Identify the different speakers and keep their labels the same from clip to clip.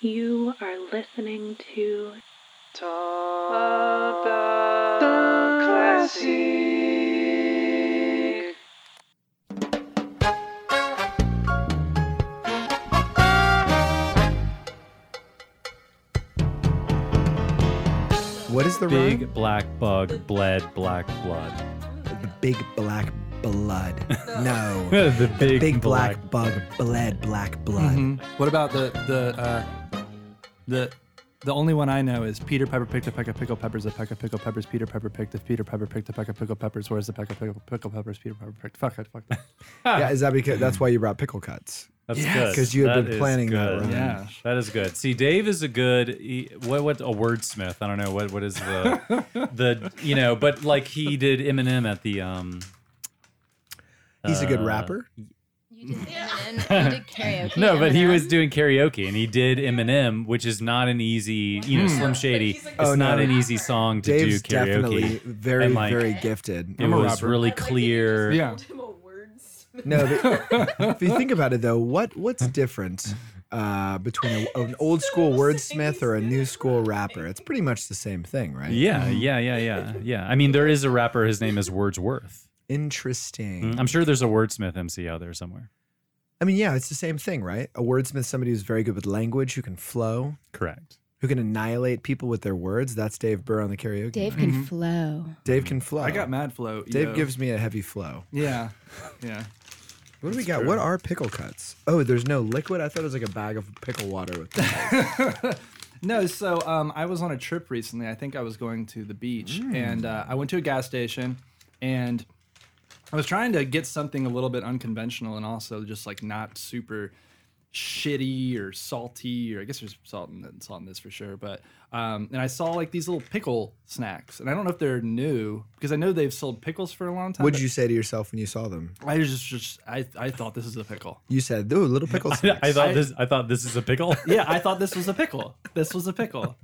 Speaker 1: You are listening to
Speaker 2: Talk about the classic.
Speaker 3: What is the
Speaker 4: Big
Speaker 3: rhyme?
Speaker 4: black bug bled black blood.
Speaker 3: The big black blood. No.
Speaker 4: the big, Mm-hmm.
Speaker 3: Big black, bug bled black blood.
Speaker 5: Mhm. What about the the uh, the the only one I know is Peter Piper picked a peck of pickled peppers, a peck of pickled peppers. Peter Piper picked a Peter Piper picked a peck of pickled peppers. Where's the peck of pickled, pickled peppers? Peter Piper picked. Fuck it, fuck that.
Speaker 3: Yeah, is that because that's why you brought pickle cuts?
Speaker 4: That's
Speaker 5: Yes.
Speaker 4: good.
Speaker 3: 'Cause you had been
Speaker 4: is
Speaker 3: planning that
Speaker 4: good.
Speaker 3: rhyme.
Speaker 5: yeah.
Speaker 4: That is good. See, Dave is a good he, what what a wordsmith. I don't know what what is the the you know, but like he did Eminem at the um.
Speaker 3: He's a good
Speaker 4: uh,
Speaker 3: rapper.
Speaker 6: You did, and you did karaoke.
Speaker 4: No, but he
Speaker 6: Eminem.
Speaker 4: was doing karaoke and he did Eminem, which is not an easy, you know, Slim Shady. It's
Speaker 3: Hmm. Oh,
Speaker 4: not
Speaker 3: no.
Speaker 4: an easy song to
Speaker 3: Dave's
Speaker 4: do karaoke.
Speaker 3: definitely very,
Speaker 4: And, like,
Speaker 3: very gifted.
Speaker 4: It
Speaker 5: I'm a
Speaker 4: was
Speaker 5: rapper.
Speaker 4: really
Speaker 7: I'd like that you
Speaker 4: clear.
Speaker 7: just
Speaker 5: Yeah.
Speaker 7: called him a wordsmith.
Speaker 3: No, but if you think about it though, what what's different uh, between a, an old school wordsmith or a new school rapper? It's pretty much the same thing, right?
Speaker 4: Yeah, yeah, yeah, yeah, yeah. I mean, there is a rapper. His name is Wordsworth.
Speaker 3: Interesting.
Speaker 4: Mm-hmm. I'm sure there's a wordsmith MC out there somewhere.
Speaker 3: I mean, yeah, it's the same thing, right? A wordsmith, somebody who's very good with language, who can flow,
Speaker 4: Correct.
Speaker 3: who can annihilate people with their words. That's Dave Burr on the karaoke.
Speaker 6: Dave
Speaker 3: night.
Speaker 6: can flow.
Speaker 3: Dave can flow.
Speaker 5: I got mad flow.
Speaker 3: Dave
Speaker 5: yo.
Speaker 3: gives me a heavy flow.
Speaker 5: Yeah, yeah.
Speaker 3: What do we got?
Speaker 5: true.
Speaker 3: What are pickle cuts? Oh, there's no liquid. I thought it was like a bag of pickle water with.
Speaker 5: No, so um, I was on a trip recently. I think I was going to the beach, and uh, I went to a gas station, and I was trying to get something a little bit unconventional and also just like not super shitty or salty. Or I guess there's salt in, salt in this for sure. But um, and I saw like these little pickle snacks, and I don't know if they're new because I know they've sold pickles for a long time.
Speaker 3: What'd
Speaker 5: but
Speaker 3: you say to yourself when you saw them?
Speaker 5: I was just, just I, I thought this is a pickle.
Speaker 3: You said, "Ooh, little pickle snacks."
Speaker 4: I thought this. I thought this is a pickle.
Speaker 5: Yeah, I thought this was a pickle. This was a pickle.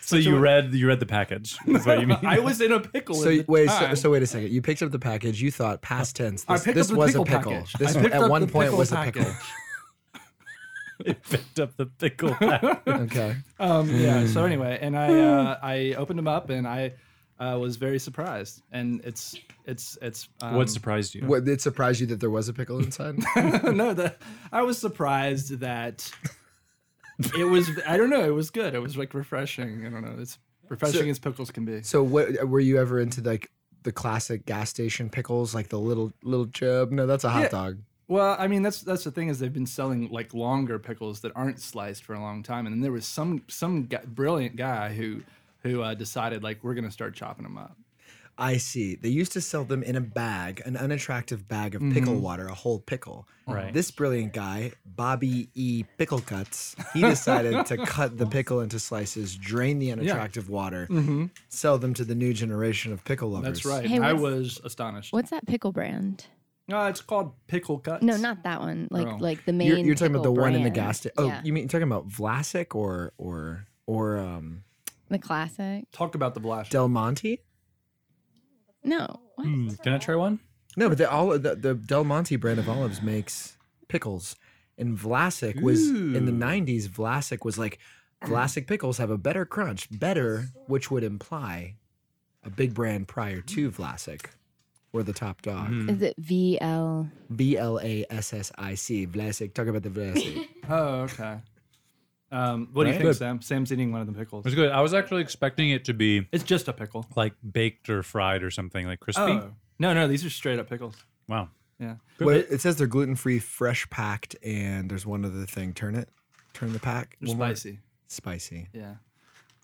Speaker 4: so you read. You read the package. Is what you mean?
Speaker 5: I was in a pickle.
Speaker 3: so
Speaker 5: at
Speaker 3: you-
Speaker 5: the
Speaker 3: wait, so,
Speaker 5: time.
Speaker 3: so wait a second. You picked up the package. You thought past tense.
Speaker 5: I
Speaker 3: This,
Speaker 5: picked
Speaker 3: this
Speaker 5: up the
Speaker 3: was
Speaker 5: pickle
Speaker 3: a pickle.
Speaker 5: package.
Speaker 3: This
Speaker 5: I picked
Speaker 3: at
Speaker 5: up
Speaker 3: one
Speaker 5: the
Speaker 3: point
Speaker 5: pickle
Speaker 3: was a
Speaker 5: package.
Speaker 3: pickle.
Speaker 4: I picked up the pickle. pack.
Speaker 3: Okay.
Speaker 5: Um, yeah. So anyway, and I uh, I opened them up and I uh, was very surprised. And it's it's it's um,
Speaker 4: what surprised you?
Speaker 3: What, it surprised you that there was a pickle inside?
Speaker 5: no, the, I was surprised that it was. I don't know. It was good. It was like refreshing. I don't know. It's refreshing
Speaker 3: So-
Speaker 5: as pickles can be.
Speaker 3: so what were you ever into like the classic gas station pickles, like the little little chub? No, that's a hot
Speaker 5: Yeah.
Speaker 3: dog.
Speaker 5: Well, I mean, that's that's the thing is they've been selling like longer pickles that aren't sliced for a long time, and then there was some some gu brilliant guy who who uh, decided like we're gonna start chopping them up.
Speaker 3: I see. They used to sell them in a bag, an unattractive bag of pickle
Speaker 5: Mm-hmm.
Speaker 3: water, a whole pickle.
Speaker 4: Right.
Speaker 3: This brilliant guy, Bobby E. Pickle Cuts, he decided to cut the pickle into slices, drain the unattractive water, sell them to the new generation of pickle lovers.
Speaker 5: That's right.
Speaker 6: Hey,
Speaker 5: I
Speaker 6: what's-
Speaker 5: was astonished.
Speaker 6: What's that pickle brand?
Speaker 5: Uh, it's called pickle cuts.
Speaker 6: No, not that one. Like
Speaker 5: Bro.
Speaker 6: like the main.
Speaker 3: Oh. You're, you're talking about the
Speaker 6: pickle
Speaker 3: one in the
Speaker 6: brand.
Speaker 3: gas station. Oh,
Speaker 6: yeah.
Speaker 3: you mean you're talking about Vlasic or or or um,
Speaker 6: the classic.
Speaker 5: Talk about the blush.
Speaker 3: Del Monte?
Speaker 6: No, what?
Speaker 4: Hmm, Can I try one?
Speaker 3: No, but the, all the, the Del Monte brand of olives makes pickles, and Vlasic was in the '90s. Vlasic was like, Vlasic pickles have a better crunch, better, which would imply a big brand prior to Vlasic, were the
Speaker 4: Mm.
Speaker 3: top dog.
Speaker 4: Hmm.
Speaker 6: is it? V L.
Speaker 3: V L A S S I C. Vlasic. Talk about the Vlasic.
Speaker 5: oh, okay. Um, what do you
Speaker 3: Right.
Speaker 5: think,
Speaker 3: Good.
Speaker 5: Sam? Sam's eating one of the pickles.
Speaker 4: It's good. I was actually expecting it to be
Speaker 5: It's just a pickle.
Speaker 4: like baked or fried or something like crispy.
Speaker 5: Oh. No, no, these are straight up pickles.
Speaker 4: Wow.
Speaker 5: Yeah.
Speaker 3: well, it it says they're gluten free, fresh packed, and there's one other thing. Turn it. Turn the pack.
Speaker 5: They're
Speaker 3: One more.
Speaker 5: spicy.
Speaker 3: Spicy.
Speaker 5: Yeah.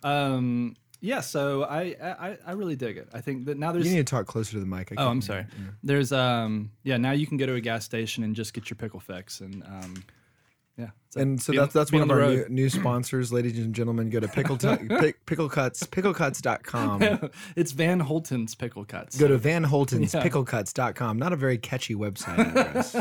Speaker 5: Um, yeah, so I, I I- I really dig it. I think that now
Speaker 3: You
Speaker 5: there's
Speaker 3: need to talk closer to the mic. I
Speaker 5: Oh,
Speaker 3: can't
Speaker 5: I'm
Speaker 3: hear
Speaker 5: sorry.
Speaker 3: you.
Speaker 5: There's um yeah, now you can go to a gas station and just get your pickle fix and um yeah. It's a-
Speaker 3: And so
Speaker 5: be
Speaker 3: that's that's
Speaker 5: be
Speaker 3: one of
Speaker 5: the
Speaker 3: our
Speaker 5: road.
Speaker 3: new, new sponsors, ladies and gentlemen. Go to pickle pick, pickle cuts picklecuts.com.
Speaker 5: it's Van Holten's pickle cuts.
Speaker 3: Go to Van Holten's
Speaker 5: Yeah.
Speaker 3: picklecuts.com. Not a very catchy website address.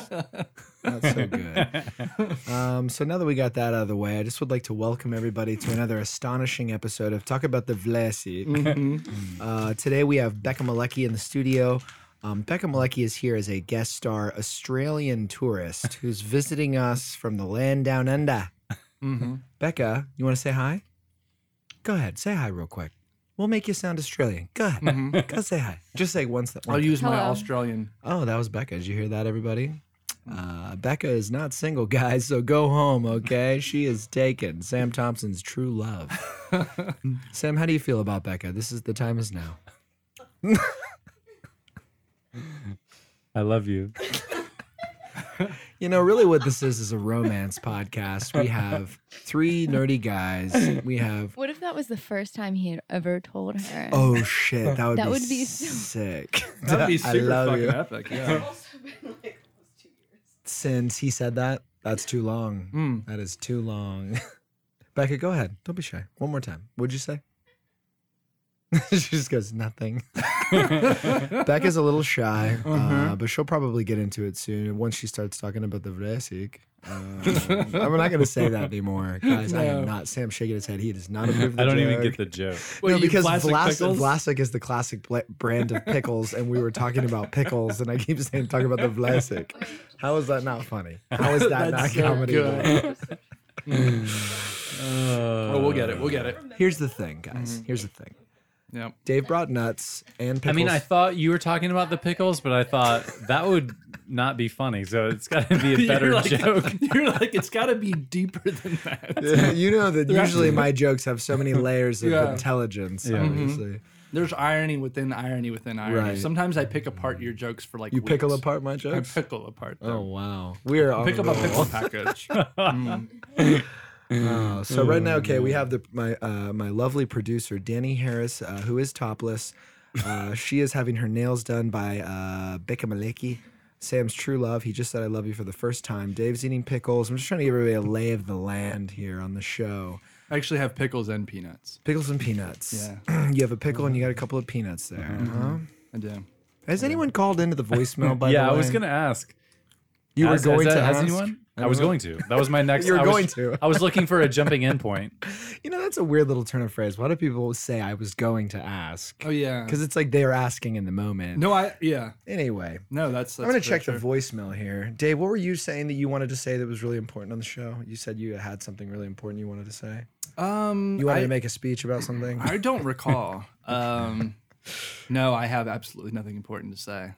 Speaker 3: Not so good. Um, so now that we got that out of the way, I just would like to welcome everybody to another astonishing episode of Talk About the Vlasi.
Speaker 5: Mm. Mm-hmm.
Speaker 3: Uh, today we have Becca Malecki in the studio. Um, Becca Malecki is here as a guest star Australian tourist who's visiting us from the land down under.
Speaker 5: Mm-hmm.
Speaker 3: Becca, you want to say hi? Go ahead, say hi real quick. We'll make you sound Australian. Go ahead, go say hi. Just say once that.
Speaker 5: Mm-hmm. I'll
Speaker 3: one-
Speaker 5: use my
Speaker 6: Hello.
Speaker 5: Australian.
Speaker 3: Oh, that was Becca. Did you hear that, everybody? Uh, Becca is not single, guys, so go home, okay? She is taken. Sam Thompson's true love. Sam, how do you feel about Becca? This is the time is now.
Speaker 4: I love you.
Speaker 3: You know, really, what this is is a romance podcast. We have three nerdy guys. We have
Speaker 6: What if that was the first time he had ever told her?
Speaker 3: oh shit, that would
Speaker 6: That
Speaker 3: be,
Speaker 6: would be so-
Speaker 3: sick.
Speaker 5: That would be
Speaker 3: I
Speaker 5: super
Speaker 3: love
Speaker 5: fucking
Speaker 3: you.
Speaker 5: epic. Yeah.
Speaker 3: Since he said that, that's too long.
Speaker 5: Mm.
Speaker 3: That is too long. Becca, go ahead. Don't be shy. One more time. What'd you say? she just goes, nothing.
Speaker 5: Hmm.
Speaker 3: Becca's a little shy, uh, but she'll probably get into it soon once she starts talking about the Vresik. Um, I'm not going to say that anymore, guys. I am not. Sam shaking his head. He does not approve. The
Speaker 4: I don't even
Speaker 3: joke
Speaker 4: get the joke.
Speaker 5: Wait,
Speaker 3: no,
Speaker 5: you
Speaker 3: because
Speaker 5: plastic
Speaker 3: Vlasic,
Speaker 5: pickles?
Speaker 3: Vlasic is the classic bla- brand of pickles, and we were talking about pickles, and I keep saying talking about the Vlasic. How is that not funny? How is that not
Speaker 5: That's so
Speaker 3: comedy?
Speaker 5: good.
Speaker 4: Oh,
Speaker 5: Oh, we'll get it. We'll get it.
Speaker 3: Here's the thing, guys. Here's the thing.
Speaker 5: Yep.
Speaker 3: Mm-hmm. Dave brought nuts and
Speaker 4: I
Speaker 3: pickles.
Speaker 4: mean, I thought you were talking about the pickles, but I thought that would not be funny. So it's got to be a better
Speaker 5: you're like,
Speaker 4: joke.
Speaker 5: You're like, it's got to be deeper than that.
Speaker 3: you know that usually my jokes have so many layers of
Speaker 5: Yeah. Mm-hmm.
Speaker 3: intelligence.
Speaker 4: Yeah. Mhm.
Speaker 3: Obviously,
Speaker 5: There's irony within irony within irony.
Speaker 3: Right.
Speaker 5: Sometimes I pick apart your jokes for like
Speaker 3: you
Speaker 5: weeks.
Speaker 3: pickle apart my
Speaker 5: I
Speaker 3: jokes.
Speaker 5: pickle apart. Them.
Speaker 3: Oh wow, we are on
Speaker 5: pick up a
Speaker 3: roll.
Speaker 5: pickle package.
Speaker 3: Oh, so right now, okay, we have the my uh, my lovely producer Danny Harris, uh, who is topless. Uh, she is having her nails done by uh, Becca Maleki, Sam's true love. He just said, "I love you" for the first time. Dave's eating pickles. I'm just trying to give everybody a lay of the land here on the show.
Speaker 5: I actually have pickles and peanuts.
Speaker 3: Pickles and peanuts. Yeah, you have a pickle and you got a couple of peanuts there.
Speaker 4: Uh-huh.
Speaker 3: huh?
Speaker 5: I do.
Speaker 3: Has anyone called into the voicemail? By
Speaker 4: Mm-hmm. yeah,
Speaker 3: the
Speaker 4: I
Speaker 3: way?
Speaker 4: was gonna ask.
Speaker 3: You
Speaker 4: Has-
Speaker 3: were
Speaker 4: has
Speaker 3: going
Speaker 4: that-
Speaker 3: to
Speaker 4: has
Speaker 3: ask?
Speaker 4: anyone? I was going to. That was my next.
Speaker 3: You were
Speaker 4: I was-
Speaker 3: going to.
Speaker 4: I was looking for a jumping in point.
Speaker 3: You know, that's a weird little turn of phrase. Why do people say "I was going to ask"?
Speaker 5: Oh yeah.
Speaker 3: Because it's like they are asking in the moment.
Speaker 5: No, I yeah.
Speaker 3: Anyway,
Speaker 5: No, that's. that's
Speaker 3: I'm going to
Speaker 5: for
Speaker 3: check
Speaker 5: sure.
Speaker 3: the voicemail here. Dave, what were you saying that you wanted to say that was really important on the show? You said you had something really important you wanted to say.
Speaker 5: Um,
Speaker 3: You wanted
Speaker 5: I,
Speaker 3: to make a speech about something?
Speaker 5: I don't recall. um, no, I have absolutely nothing important to say.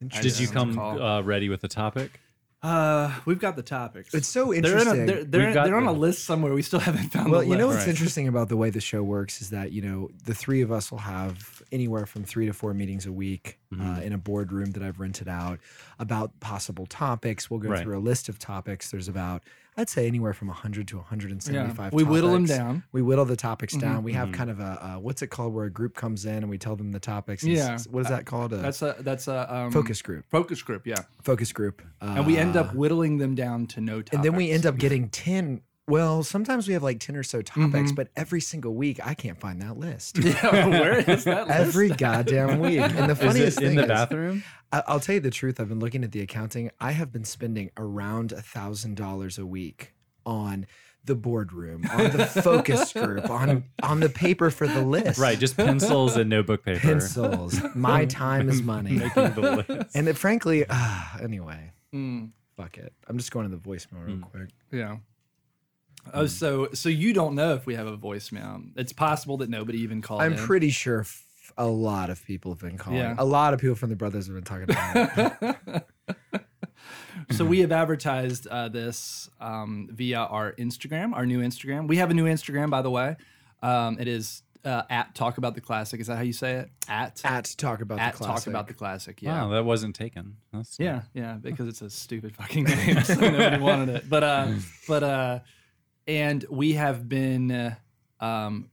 Speaker 4: Did you
Speaker 5: Interesting.
Speaker 4: come
Speaker 5: Call.
Speaker 4: uh, ready with a topic?
Speaker 5: Uh, we've got the topics.
Speaker 3: It's so
Speaker 5: they're in
Speaker 3: interesting.
Speaker 5: a, they're, they're,
Speaker 4: We've got
Speaker 5: they're on a
Speaker 4: the-
Speaker 5: list somewhere. We still haven't found.
Speaker 3: well,
Speaker 5: the
Speaker 3: you know
Speaker 5: list.
Speaker 3: what's interesting about the way the show works is that, you know, the three of us will have anywhere from three to four meetings a week uh,
Speaker 4: Mm-hmm.
Speaker 3: in a boardroom that I've rented out about possible topics. We'll go
Speaker 4: Right.
Speaker 3: through a list of topics. There's about, I'd say, anywhere from 100 to 175
Speaker 5: Yeah. We whittle them
Speaker 3: topics.
Speaker 5: down.
Speaker 3: we whittle the topics
Speaker 5: Mm-hmm,
Speaker 3: down. We have kind of a uh, what's it called where a group comes in and we tell them the topics. and s-
Speaker 5: Yeah.
Speaker 3: s- what is that called? A
Speaker 5: That's a that's a um,
Speaker 3: Uh, focus group.
Speaker 5: focus group. Yeah,
Speaker 3: Focus group. Uh,
Speaker 5: and we end up whittling them down to no topics.
Speaker 3: and then we end up getting ten. Well, sometimes we have like ten or so topics,
Speaker 5: Mm-hmm.
Speaker 3: but every single week I can't find that list.
Speaker 5: Yeah, where is that? list?
Speaker 3: Every goddamn week. And the
Speaker 4: Is
Speaker 3: funniest
Speaker 4: it
Speaker 3: thing
Speaker 4: in the
Speaker 3: is,
Speaker 4: bathroom?
Speaker 3: I- I'll tell you the truth. I've been looking at the accounting. I have been spending around a thousand dollars a week on the boardroom, on the focus group, on on the paper for the list.
Speaker 4: Right, just pencils and notebook paper.
Speaker 3: pencils. My time is money.
Speaker 4: Making the list.
Speaker 3: and it, frankly, ah, anyway,
Speaker 5: Mm,
Speaker 3: fuck it. I'm just going to the voicemail
Speaker 5: Hmm.
Speaker 3: real quick.
Speaker 5: yeah.
Speaker 3: Hmm.
Speaker 5: Oh, so so you don't know if we have a voicemail. It's possible that nobody even called.
Speaker 3: I'm
Speaker 5: in.
Speaker 3: pretty sure f- a lot of people have been calling.
Speaker 5: Yeah.
Speaker 3: A lot of people from the brothers have been talking about it.
Speaker 5: So we have advertised uh, this um, via our Instagram, our new Instagram. We have a new Instagram, by the way. Um, it is uh, at Talk About the Classic. Is that how you say it? At
Speaker 3: at talk about
Speaker 5: at
Speaker 3: the
Speaker 5: Talk
Speaker 3: classic.
Speaker 5: About the Classic. Yeah.
Speaker 4: Wow, that wasn't taken. That's
Speaker 5: Yeah, yeah, because it's a stupid fucking name, so nobody wanted it. But uh, but uh, and we have been uh, um,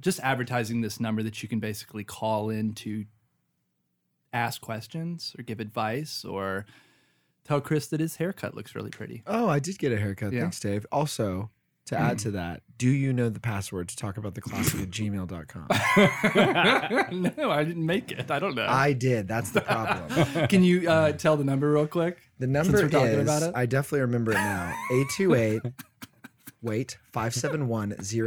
Speaker 5: just advertising this number that you can basically call in to ask questions or give advice or tell Chris that his haircut looks really pretty.
Speaker 3: oh, I did get a haircut.
Speaker 5: Yeah.
Speaker 3: Thanks, Dave. Also, to add to that, do you know the password to talk about the classic at gmail.com?
Speaker 5: no, I didn't make it. I don't know.
Speaker 3: I did. That's the problem.
Speaker 5: can you uh, tell the number real quick?
Speaker 3: The number
Speaker 5: we're talking
Speaker 3: is,
Speaker 5: about it?
Speaker 3: I definitely remember it now. 828 wait, 571
Speaker 5: Is that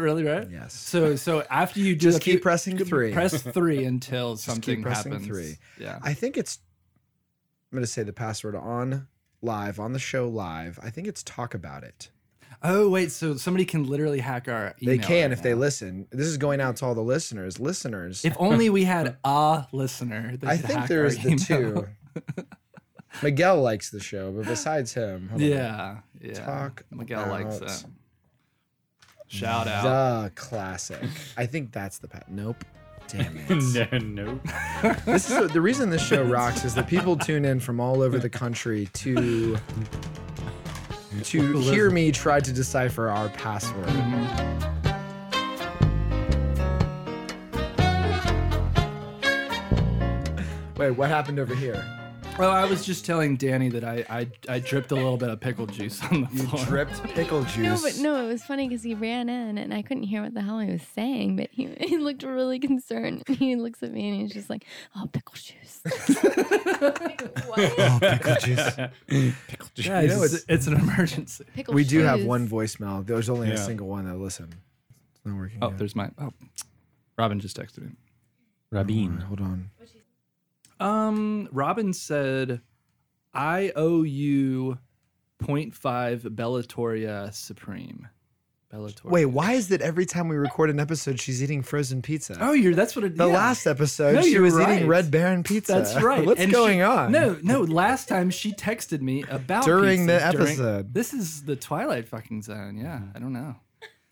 Speaker 5: really right?
Speaker 3: Yes.
Speaker 5: So so after you do
Speaker 3: Just
Speaker 5: a few-
Speaker 3: keep pressing three.
Speaker 5: Press three until something
Speaker 3: pressing
Speaker 5: happens.
Speaker 3: three.
Speaker 5: Yeah.
Speaker 3: I think it's I'm going to say the password on live on the show live. I think it's talk about it.
Speaker 5: Oh wait, so somebody can literally hack our.
Speaker 3: They
Speaker 5: email
Speaker 3: can
Speaker 5: right
Speaker 3: if they
Speaker 5: now.
Speaker 3: listen. This is going out to all the listeners. Listeners,
Speaker 5: If only we had a listener. That
Speaker 3: I
Speaker 5: could
Speaker 3: think
Speaker 5: hack
Speaker 3: there
Speaker 5: our
Speaker 3: is the
Speaker 5: email.
Speaker 3: two. Miguel likes the show, but besides him, hold on.
Speaker 5: Yeah, yeah.
Speaker 3: Talk
Speaker 5: Miguel likes
Speaker 3: about
Speaker 5: it. Shout out.
Speaker 3: the classic. I think that's the pat. Nope. Damn it.
Speaker 4: no, no.
Speaker 3: this is the reason this show rocks is that people tune in from all over the country to to hear me try to decipher our password.
Speaker 5: Mm-hmm.
Speaker 3: Wait, what happened over here?
Speaker 5: Well, Oh, I was just telling Danny that I, I I dripped a little bit of pickle juice on the
Speaker 3: You
Speaker 5: floor.
Speaker 3: dripped pickle
Speaker 6: No,
Speaker 3: juice.
Speaker 6: but no, it was funny because he ran in and I couldn't hear what the hell he was saying, but he, he looked really concerned. And he looks at me and he's just like, "Oh, pickle juice." Like, what?
Speaker 3: Oh, pickle juice.
Speaker 5: Yeah, it's,
Speaker 3: You know,
Speaker 5: it's, an emergency.
Speaker 6: Pickle
Speaker 3: We do have
Speaker 6: shoes.
Speaker 3: one voicemail. There's only a
Speaker 4: Yeah.
Speaker 3: single one though. Listen, it's not working.
Speaker 5: Oh,
Speaker 3: yet.
Speaker 5: there's my. Oh, Robin just texted me.
Speaker 4: Rabin.
Speaker 3: Hold on.
Speaker 5: Um, Robin said, "I owe you 0.5 Bellatoria Supreme." Bellatoria.
Speaker 3: Wait, why is that every time we record an episode, she's eating frozen pizza?
Speaker 5: Oh, you're. That's what it.
Speaker 3: The
Speaker 5: yeah.
Speaker 3: last episode,
Speaker 5: No,
Speaker 3: she
Speaker 5: you're
Speaker 3: was
Speaker 5: right.
Speaker 3: eating Red Baron pizza.
Speaker 5: That's right.
Speaker 3: What's
Speaker 5: And
Speaker 3: going
Speaker 5: she-
Speaker 3: on?
Speaker 5: No, no. Last time she texted me about
Speaker 3: During the
Speaker 5: pizzas during-
Speaker 3: episode. Mm-hmm.
Speaker 5: this is the Twilight fucking zone. Yeah, I don't know.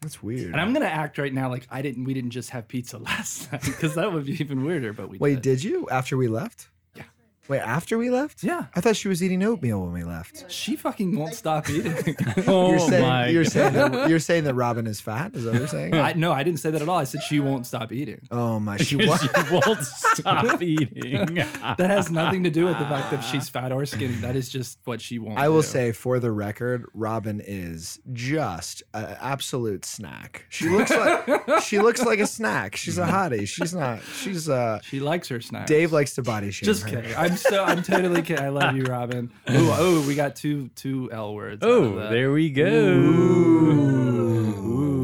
Speaker 3: that's weird.
Speaker 5: And I'm gonna act right now like I didn't. We didn't just have pizza last night because that would be even weirder. But we
Speaker 3: Wait, did you after we left?
Speaker 5: Yeah.
Speaker 3: Wait, after we left?
Speaker 5: Yeah.
Speaker 3: I thought she was eating oatmeal when we left.
Speaker 5: She fucking won't stop eating.
Speaker 4: Oh
Speaker 3: you're saying
Speaker 4: my.
Speaker 3: you're
Speaker 4: God.
Speaker 3: saying that, you're saying that Robin is fat. Is that what you're saying?
Speaker 5: I, no, I didn't say that at all. I said she won't stop eating.
Speaker 3: oh my! She
Speaker 4: You
Speaker 3: was.
Speaker 4: won't stop eating.
Speaker 5: That has nothing to do with the fact that she's fat or skinny. That is just what she won't.
Speaker 3: I will
Speaker 5: do.
Speaker 3: say, for the record, Robin is just an absolute snack. She looks like she looks like a snack. She's a hottie. She's not. She's uh.
Speaker 5: she likes her snacks.
Speaker 3: Dave likes to body shame.
Speaker 5: Just
Speaker 3: her.
Speaker 5: kidding. I'm so I'm totally kidding. I love you, Robin. Oh, oh, we got two two L words. out of
Speaker 4: Oh,
Speaker 5: that.
Speaker 4: there we go.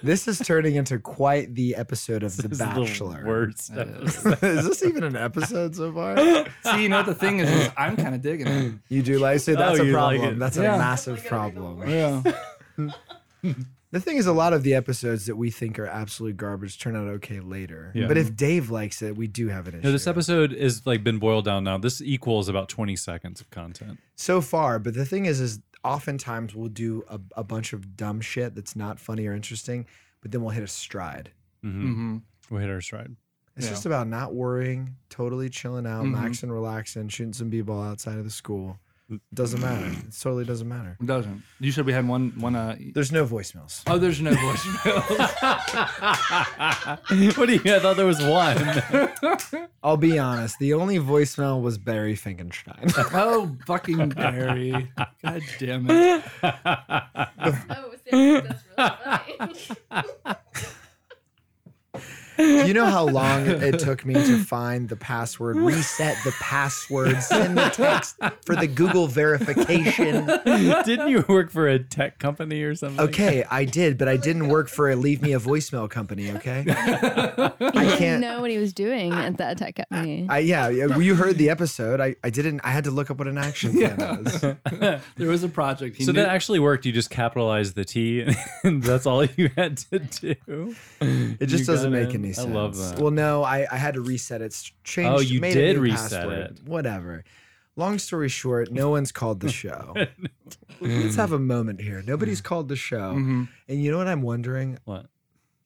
Speaker 3: This is turning into quite the episode of The
Speaker 4: This is
Speaker 3: Bachelor. Uh,
Speaker 4: The worst episode.
Speaker 3: is this even an episode so far?
Speaker 5: See, you know what the thing is, is I'm kind of digging it.
Speaker 3: You do like so that's
Speaker 4: Oh,
Speaker 3: a
Speaker 4: you like
Speaker 3: problem.
Speaker 4: it.
Speaker 3: that's
Speaker 5: Yeah.
Speaker 3: a massive problem.
Speaker 5: Yeah.
Speaker 3: The thing is a lot of the episodes that we think are absolute garbage turn out okay later.
Speaker 4: Yeah.
Speaker 3: But if Dave likes it, we do have an issue.
Speaker 4: No, this episode is like been boiled down now. This equals about 20 seconds of content.
Speaker 3: so far, but the thing is is oftentimes we'll do a, a bunch of dumb shit that's not funny or interesting, but then we'll hit a stride.
Speaker 4: hmm
Speaker 5: hmm
Speaker 4: We hit our stride.
Speaker 3: It's
Speaker 5: Yeah.
Speaker 3: just about not worrying, totally chilling out,
Speaker 5: Mhm.
Speaker 3: maxing, relaxing, shooting some b-ball outside of the school. Doesn't matter. It totally doesn't matter.
Speaker 5: It doesn't. You said we had one one. Uh,
Speaker 3: There's no voicemails.
Speaker 5: oh, there's no voicemail.
Speaker 4: what do you? I thought there was one.
Speaker 3: I'll be honest. The only voicemail was Barry Finkenstein.
Speaker 5: oh, fucking Barry. God damn it.
Speaker 6: Oh, Sarah, that's really funny.
Speaker 3: you know how long it took me to find the password, reset the password, send the text for the Google verification.
Speaker 4: Didn't you work for a tech company or something?
Speaker 3: Okay, I did, but I didn't work for a leave me a voicemail company, okay? I
Speaker 6: didn't
Speaker 3: can't
Speaker 6: know what he was doing at that tech company.
Speaker 3: I yeah, yeah, you heard the episode. I, I didn't I had to look up what an action plan was.
Speaker 5: There was a project. He
Speaker 4: So
Speaker 5: knew-
Speaker 4: that actually worked. You just capitalized the T, and that's all you had to do.
Speaker 3: It just
Speaker 4: You
Speaker 3: doesn't
Speaker 4: gotta-
Speaker 3: make any sense.
Speaker 4: I love that.
Speaker 3: Well, no, I, I had to reset it. s- Changed.
Speaker 4: Oh, you
Speaker 3: made
Speaker 4: did
Speaker 3: a new
Speaker 4: reset
Speaker 3: password,
Speaker 4: it.
Speaker 3: Whatever. Long story short, no one's called the show. Let's have a moment here. Nobody's called the show,
Speaker 4: Mm-hmm.
Speaker 5: Mhm.
Speaker 3: and you know what I'm wondering?
Speaker 4: What?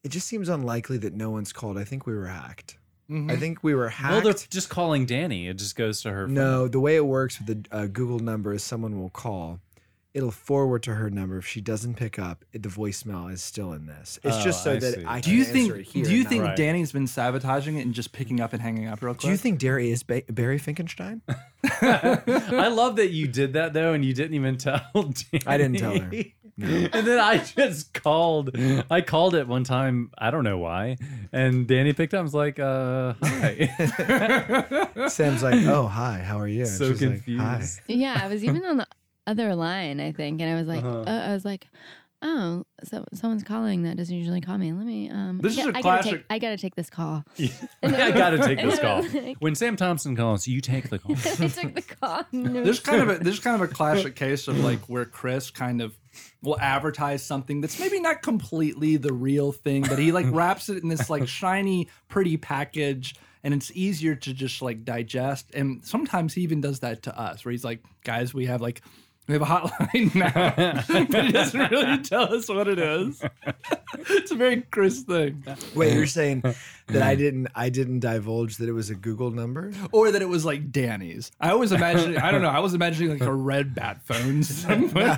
Speaker 3: It just seems unlikely that no one's called. I think we were hacked.
Speaker 5: Mhm.
Speaker 3: I think we were
Speaker 4: Mm-hmm. Well,
Speaker 3: hacked.
Speaker 4: they're just calling Danny. It just goes to her. phone.
Speaker 3: no, the way it works with the uh, Google number is someone will call. It'll forward to her number. If she doesn't pick up, it, the voicemail is still in this. It's
Speaker 4: Oh,
Speaker 3: just so
Speaker 4: I
Speaker 3: that
Speaker 4: see.
Speaker 3: I can
Speaker 5: Do you
Speaker 3: answer
Speaker 5: think?
Speaker 3: it here
Speaker 5: do you
Speaker 3: now.
Speaker 5: think
Speaker 4: Right.
Speaker 5: Danny's been sabotaging it and just picking up and hanging up real quick?
Speaker 3: Do you think Derry is ba- Barry Finkenstein?
Speaker 4: I love that you did that though, and you didn't even tell. Danny.
Speaker 3: I didn't tell her.
Speaker 4: And then I just called. I called it one time. I don't know why. And Danny picked up. and was like, uh, "Hi."
Speaker 3: Sam's like, "Oh, hi. How are you?" And
Speaker 4: so
Speaker 3: she's like, "Hi."
Speaker 4: confused.
Speaker 6: yeah, I was even on the other line, I think, and I was like, uh
Speaker 4: Uh-huh.
Speaker 6: I was like, oh, so someone's calling that doesn't usually call me. Let me. Um,
Speaker 5: This
Speaker 6: I
Speaker 5: is
Speaker 6: got-
Speaker 5: a
Speaker 6: I gotta,
Speaker 5: classic-
Speaker 6: take, I gotta take this call.
Speaker 4: I gotta take this
Speaker 6: And I
Speaker 4: call.
Speaker 6: was like-
Speaker 4: When Sam Thompson calls, you take the call.
Speaker 6: I took the call.
Speaker 5: There's kind of a there's kind of a classic case of like where Chris kind of will advertise something that's maybe not completely the real thing, but he like wraps it in this like shiny, pretty package, and it's easier to just like digest. And sometimes he even does that to us, where he's like, "Guys, we have like." We have a hotline now, but he doesn't really tell us what it is. it's a very Chris thing,
Speaker 3: Wait, you're saying that I didn't I didn't divulge that it was a Google number?
Speaker 5: or that it was like Danny's. I always imagine. I don't know. I was imagining like a red bat phone somewhere.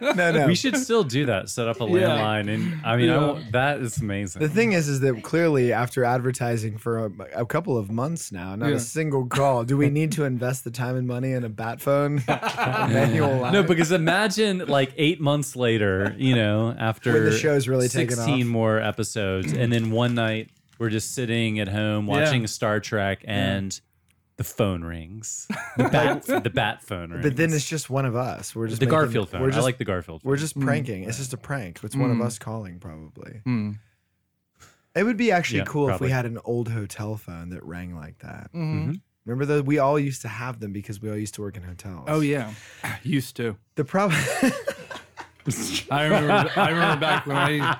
Speaker 3: No, no.
Speaker 4: We should still do that. Set up a
Speaker 5: Yeah.
Speaker 4: landline, and I mean, I
Speaker 5: Yeah.
Speaker 4: won't- that is amazing.
Speaker 3: The thing is, is that clearly after advertising for a, a couple of months now, not
Speaker 5: Yeah.
Speaker 3: a single call. Do we need to invest the time and money in a bat phone, a manual line?
Speaker 4: No, because imagine like eight months later, you know, after
Speaker 3: When the show's really taken off.
Speaker 4: sixteen more episodes, and then one night we're just sitting at home watching Star Trek, and the phone rings, the bat, the bat phone rings.
Speaker 3: but then it's just one of us. We're just
Speaker 4: the
Speaker 3: making-
Speaker 4: Garfield phone.
Speaker 3: We're just,
Speaker 4: I like Hmm. the Garfield.
Speaker 3: we're
Speaker 4: phone.
Speaker 3: just pranking. It's just a prank. It's one of
Speaker 5: Mm.
Speaker 3: us calling, probably.
Speaker 5: Hmm.
Speaker 3: It would be actually
Speaker 4: Yeah,
Speaker 3: cool if
Speaker 4: probably.
Speaker 3: we had an old hotel phone that rang like that.
Speaker 5: Mhm.
Speaker 3: Remember that we all used to have them because we all used to work in hotels.
Speaker 5: Oh yeah, used to.
Speaker 3: The problem.
Speaker 5: I remember. I remember back when I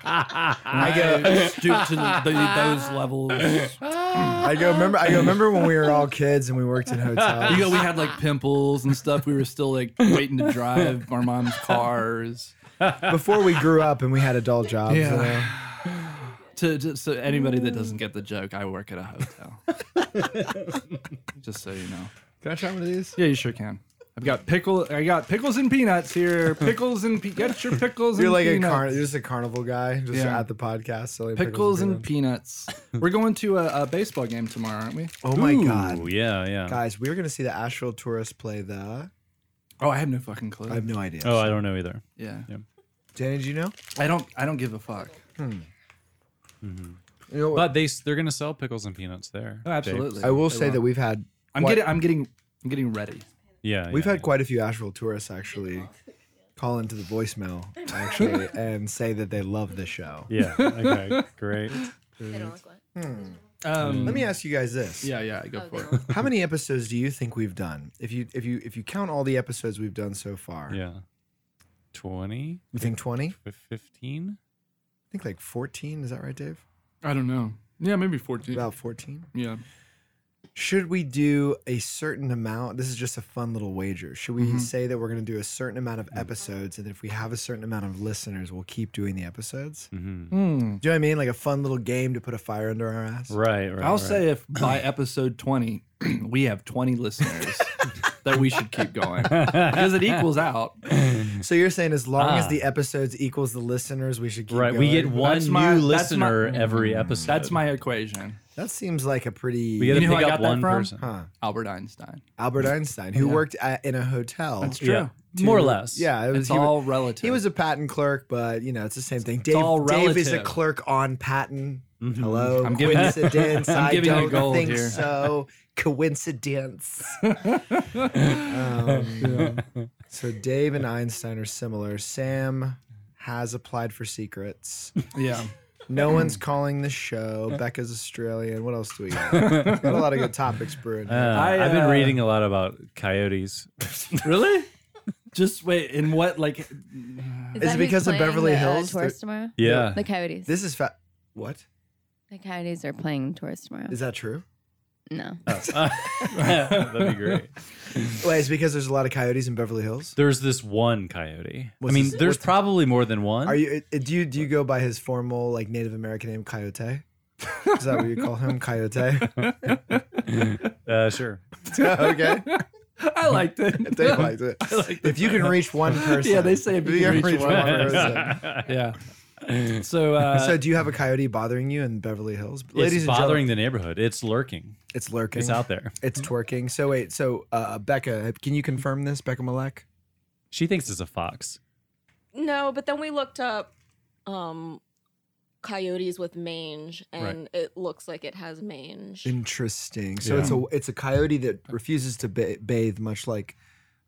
Speaker 5: I get stooped to the, the, those levels. You
Speaker 3: I go remember. I go remember when we were all kids and we worked in hotels.
Speaker 5: know, we had like pimples and stuff. We were still like waiting to drive our mom's cars.
Speaker 3: before we grew up and we had adult jobs.
Speaker 5: Yeah.
Speaker 3: though.
Speaker 5: To, to so anybody that doesn't get the joke, I work at a hotel. Just so you know.
Speaker 3: Can I try one of these?
Speaker 5: Yeah, you sure can. I've got pickle. I got pickles and peanuts here. Pickles and pe- get your pickles.
Speaker 3: You're
Speaker 5: and
Speaker 3: like a
Speaker 5: peanuts.
Speaker 3: car- you're just a carnival guy, just
Speaker 5: Yeah.
Speaker 3: at the podcast selling
Speaker 5: Pickles
Speaker 3: pickles,
Speaker 5: and peanuts. We're going to a, a baseball game tomorrow, aren't we?
Speaker 3: Oh my god,
Speaker 4: Ooh, yeah, yeah.
Speaker 3: guys, we were gonna see the Asheville Tourists play the.
Speaker 5: Oh, I have no fucking clue.
Speaker 3: I have no idea.
Speaker 4: Oh, I don't know either.
Speaker 5: yeah.
Speaker 3: Danny, do you know?
Speaker 5: I don't. I don't give a fuck.
Speaker 3: You know what?
Speaker 4: But they s- they're gonna sell pickles and peanuts there.
Speaker 5: Oh, absolutely.
Speaker 3: I will
Speaker 5: They
Speaker 3: say that
Speaker 5: won't.
Speaker 3: we've had.
Speaker 5: I'm
Speaker 3: quite-
Speaker 5: getting. I'm getting. I'm getting ready.
Speaker 4: Yeah,
Speaker 3: We've
Speaker 4: Oh, yeah,
Speaker 3: had quite a few Asheville tourists actually call into the voicemail actually and say that they love the show.
Speaker 4: Yeah. Yeah, Okay. Great.
Speaker 3: Hmm.
Speaker 5: Um,
Speaker 3: Let me ask you guys this.
Speaker 5: Yeah, yeah. Go for it.
Speaker 3: How many episodes do you think we've done? If you if you if you count all the episodes we've done so far,
Speaker 4: Yeah. 20,
Speaker 3: you think 20? I
Speaker 4: 15?
Speaker 3: think like 14, is that right, Dave?
Speaker 5: I don't know. Yeah, maybe
Speaker 4: Mm.
Speaker 5: 14.
Speaker 3: About 14?
Speaker 5: Yeah.
Speaker 3: Should we do a certain amount? This is just a fun little wager. Should
Speaker 4: Mm-hmm.
Speaker 3: we say that we're going to do a certain amount of episodes and if we have a certain amount of listeners, we'll keep doing the episodes?
Speaker 5: Hmm.
Speaker 4: hmm
Speaker 3: Do you know what I mean? Like a fun little game to put a fire under our ass?
Speaker 4: Right, right.
Speaker 5: I'll
Speaker 4: right.
Speaker 5: say if by episode 20 we have 20 listeners, that we should keep going because it equals out.
Speaker 3: So you're saying as long as
Speaker 4: Ah.
Speaker 3: the episodes equals the listeners, we should keep
Speaker 4: Right, we get
Speaker 3: going?
Speaker 4: one
Speaker 5: That's
Speaker 4: new
Speaker 5: my- that's my-
Speaker 4: listener every episode.
Speaker 5: That's my equation.
Speaker 3: That seems like a pretty
Speaker 4: We gotta
Speaker 5: You know who
Speaker 4: pick
Speaker 5: I
Speaker 4: up
Speaker 5: got that
Speaker 4: one
Speaker 5: from?
Speaker 4: person.
Speaker 3: huh.
Speaker 5: Albert Einstein.
Speaker 3: Albert Einstein, who worked at, in a hotel.
Speaker 5: That's true.
Speaker 4: Yeah, more or less.
Speaker 3: Yeah, it was,
Speaker 5: It's
Speaker 3: he wa-
Speaker 5: all relative.
Speaker 3: He was a patent clerk, but you know it's the same thing. Dave,
Speaker 5: all
Speaker 3: Dave is a
Speaker 5: relative. Mm-hmm.
Speaker 3: clerk on patent. Hello,
Speaker 5: I'm giving you-
Speaker 3: coincidence?
Speaker 5: I'm
Speaker 3: I
Speaker 5: giving you
Speaker 3: don't
Speaker 5: gold
Speaker 3: think
Speaker 5: here.
Speaker 3: so. Coincidence. um, So Dave and Einstein are similar. Sam has applied for secrets.
Speaker 5: yeah.
Speaker 3: No one's calling the show. Becca's Australian. What else do we got? got a lot of good topics brewing.
Speaker 4: Uh,
Speaker 3: here.
Speaker 5: I,
Speaker 4: I've been
Speaker 5: uh,
Speaker 4: reading a lot about coyotes.
Speaker 5: Really? Just wait. In what like?
Speaker 3: Is it because of Beverly Hills?
Speaker 6: The, uh, tours tomorrow?
Speaker 4: Yeah.
Speaker 6: The Coyotes.
Speaker 3: this is fa- what
Speaker 6: the Coyotes are playing tours tomorrow.
Speaker 3: is that true?
Speaker 6: no.
Speaker 4: That'd be great.
Speaker 3: Wait, it's because there's a lot of coyotes in Beverly Hills.
Speaker 4: There's this one coyote.
Speaker 3: What's
Speaker 4: I mean,
Speaker 3: his-
Speaker 4: there's
Speaker 3: what's-
Speaker 4: probably more than one.
Speaker 3: Are you uh, do you do you go by his formal like Native American name Coyote? Is that what you call him, Coyote?
Speaker 4: Uh, sure.
Speaker 3: okay,
Speaker 5: I liked it.
Speaker 3: Dave likes it. If you can reach one person,
Speaker 5: Yeah, they say if you can reach one
Speaker 3: person.
Speaker 5: yeah. So, uh,
Speaker 3: So, do you have a coyote bothering you in Beverly Hills,
Speaker 4: it's bothering the neighborhood. It's lurking.
Speaker 3: gentlemen, It's lurking.
Speaker 4: It's out there.
Speaker 3: It's twerking. So wait, so uh, Becca, can you confirm this, Becca Malek?
Speaker 4: She thinks it's a fox.
Speaker 7: No, but then we looked up um coyotes with mange and it looks like it has mange.
Speaker 3: Interesting. So
Speaker 4: Yeah.
Speaker 3: it's a it's a coyote that refuses to ba- bathe, much like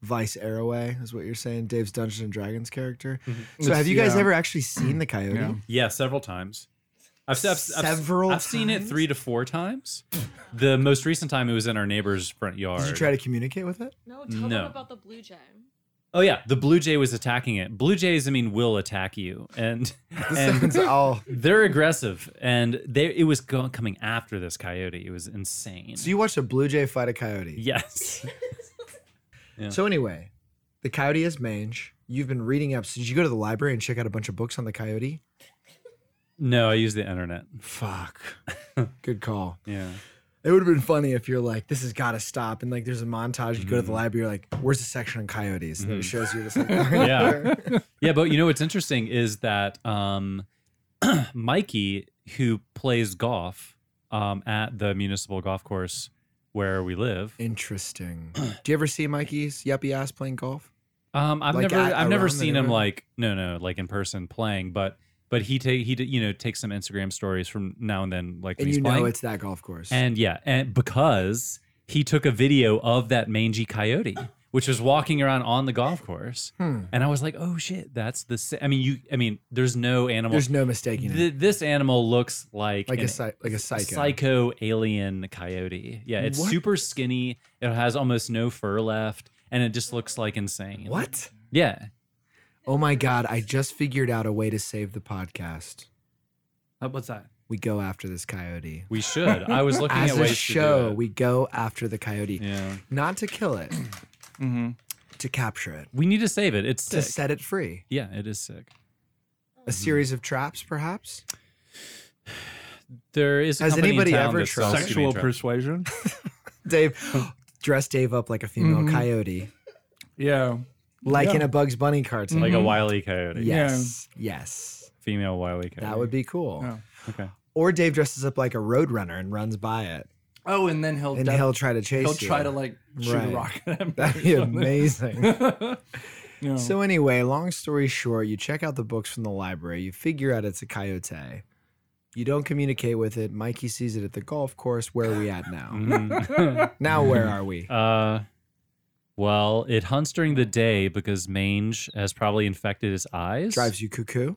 Speaker 3: Vice Arroway is what you're saying. Dave's Dungeons and Dragons character. So
Speaker 5: It's-
Speaker 3: have you guys
Speaker 5: yeah.
Speaker 3: ever actually seen the coyote?
Speaker 5: Yeah.
Speaker 4: Yeah, several times. I've, I've, I've-
Speaker 3: Several
Speaker 4: I've seen it
Speaker 3: times?
Speaker 4: three to four times. the most recent time it was in our neighbor's front yard.
Speaker 3: Did you try to communicate with it?
Speaker 7: No, tell
Speaker 4: No.
Speaker 7: them about the blue jay.
Speaker 4: Oh yeah, the blue jay was attacking it. Blue jays, I mean, will attack you, and and
Speaker 3: It's all.
Speaker 4: they're aggressive, and they it was go- coming after this coyote. It was insane.
Speaker 3: So you watched a blue jay fight a coyote.
Speaker 4: yes,
Speaker 3: So anyway, the coyote is mange. You've been reading up. So did you go to the library and check out a bunch of books on the coyote?
Speaker 4: no, I use the internet.
Speaker 3: Fuck. Good call.
Speaker 4: Yeah,
Speaker 3: It would have been funny if you're like, this has got to stop. And like, there's a montage. You go
Speaker 4: Mm-hmm.
Speaker 3: to the library, you're like, where's the section on coyotes? And then it shows you this. Like,
Speaker 4: Yeah. yeah, but you know what's interesting is that um, Mikey, who plays golf um, at the municipal golf course where we live,
Speaker 3: Interesting. Do you ever see Mikey's yuppie ass playing golf?
Speaker 4: Um, I've
Speaker 3: Like,
Speaker 4: never,
Speaker 3: at-
Speaker 4: I've never
Speaker 3: around the
Speaker 4: seen him
Speaker 3: neighborhood?
Speaker 4: like, no, no, like in person playing, but, but he take, he, d- you know, takes some Instagram stories from now and then, like, when
Speaker 3: And
Speaker 4: he's
Speaker 3: you
Speaker 4: playing.
Speaker 3: know it's that golf course.
Speaker 4: and yeah, and because he took a video of that mangy coyote, which was walking around on the golf course,
Speaker 3: Hmm.
Speaker 4: and I was like, oh shit, that's the. Sa-. I mean, you, I mean, there's no animal.
Speaker 3: There's no mistaking it.
Speaker 4: Th- this animal looks like
Speaker 3: like
Speaker 4: an
Speaker 3: a psy- like a psycho.
Speaker 4: psycho alien coyote. Yeah, it's
Speaker 3: What?
Speaker 4: super skinny. It has almost no fur left, and it just looks like insane.
Speaker 3: What?
Speaker 4: Yeah.
Speaker 3: Oh my god! I just figured out a way to save the podcast.
Speaker 5: Uh, what's that?
Speaker 3: We go after this coyote.
Speaker 4: We should. I was looking
Speaker 3: As
Speaker 4: at
Speaker 3: a
Speaker 4: ways
Speaker 3: show,
Speaker 4: to do it.
Speaker 3: we go after the coyote,
Speaker 4: yeah.
Speaker 3: not to kill it,
Speaker 5: Mm-hmm.
Speaker 3: to capture it,
Speaker 4: We need to save it. It's
Speaker 3: to
Speaker 4: sick.
Speaker 3: set it free.
Speaker 4: yeah, it is sick.
Speaker 3: A series of traps, perhaps.
Speaker 4: There is. A
Speaker 3: Has
Speaker 4: company in
Speaker 3: anybody
Speaker 4: town
Speaker 3: ever
Speaker 4: that sells
Speaker 3: tried-
Speaker 4: shooting
Speaker 5: Sexual
Speaker 4: traps.
Speaker 5: persuasion.
Speaker 3: Dave, dress Dave up like a female
Speaker 5: Mhm.
Speaker 3: coyote,
Speaker 5: yeah.
Speaker 3: like
Speaker 5: Yeah.
Speaker 3: in a Bugs Bunny cartoon.
Speaker 4: like a wily coyote,
Speaker 5: Yeah.
Speaker 3: Yes, yes,
Speaker 4: female wily coyote.
Speaker 3: that would be cool.
Speaker 5: Yeah.
Speaker 4: okay.
Speaker 3: Or Dave dresses up like a roadrunner and runs by it,
Speaker 5: Oh, and then he'll
Speaker 3: and
Speaker 5: def-
Speaker 3: he'll try to chase.
Speaker 5: he'll
Speaker 3: you.
Speaker 5: try to like shoot
Speaker 3: Right.
Speaker 5: a rocket at him.
Speaker 3: That'd be amazing.
Speaker 4: Oh.
Speaker 5: yeah.
Speaker 3: So anyway, long story short, you check out the books from the library. You figure out it's a coyote. You don't communicate with it. Mikey sees it at the golf course. Where are we at now?
Speaker 4: Mhm.
Speaker 3: now where are we?
Speaker 4: uh, well, it hunts during the day because mange has probably infected its eyes.
Speaker 3: Drives you cuckoo.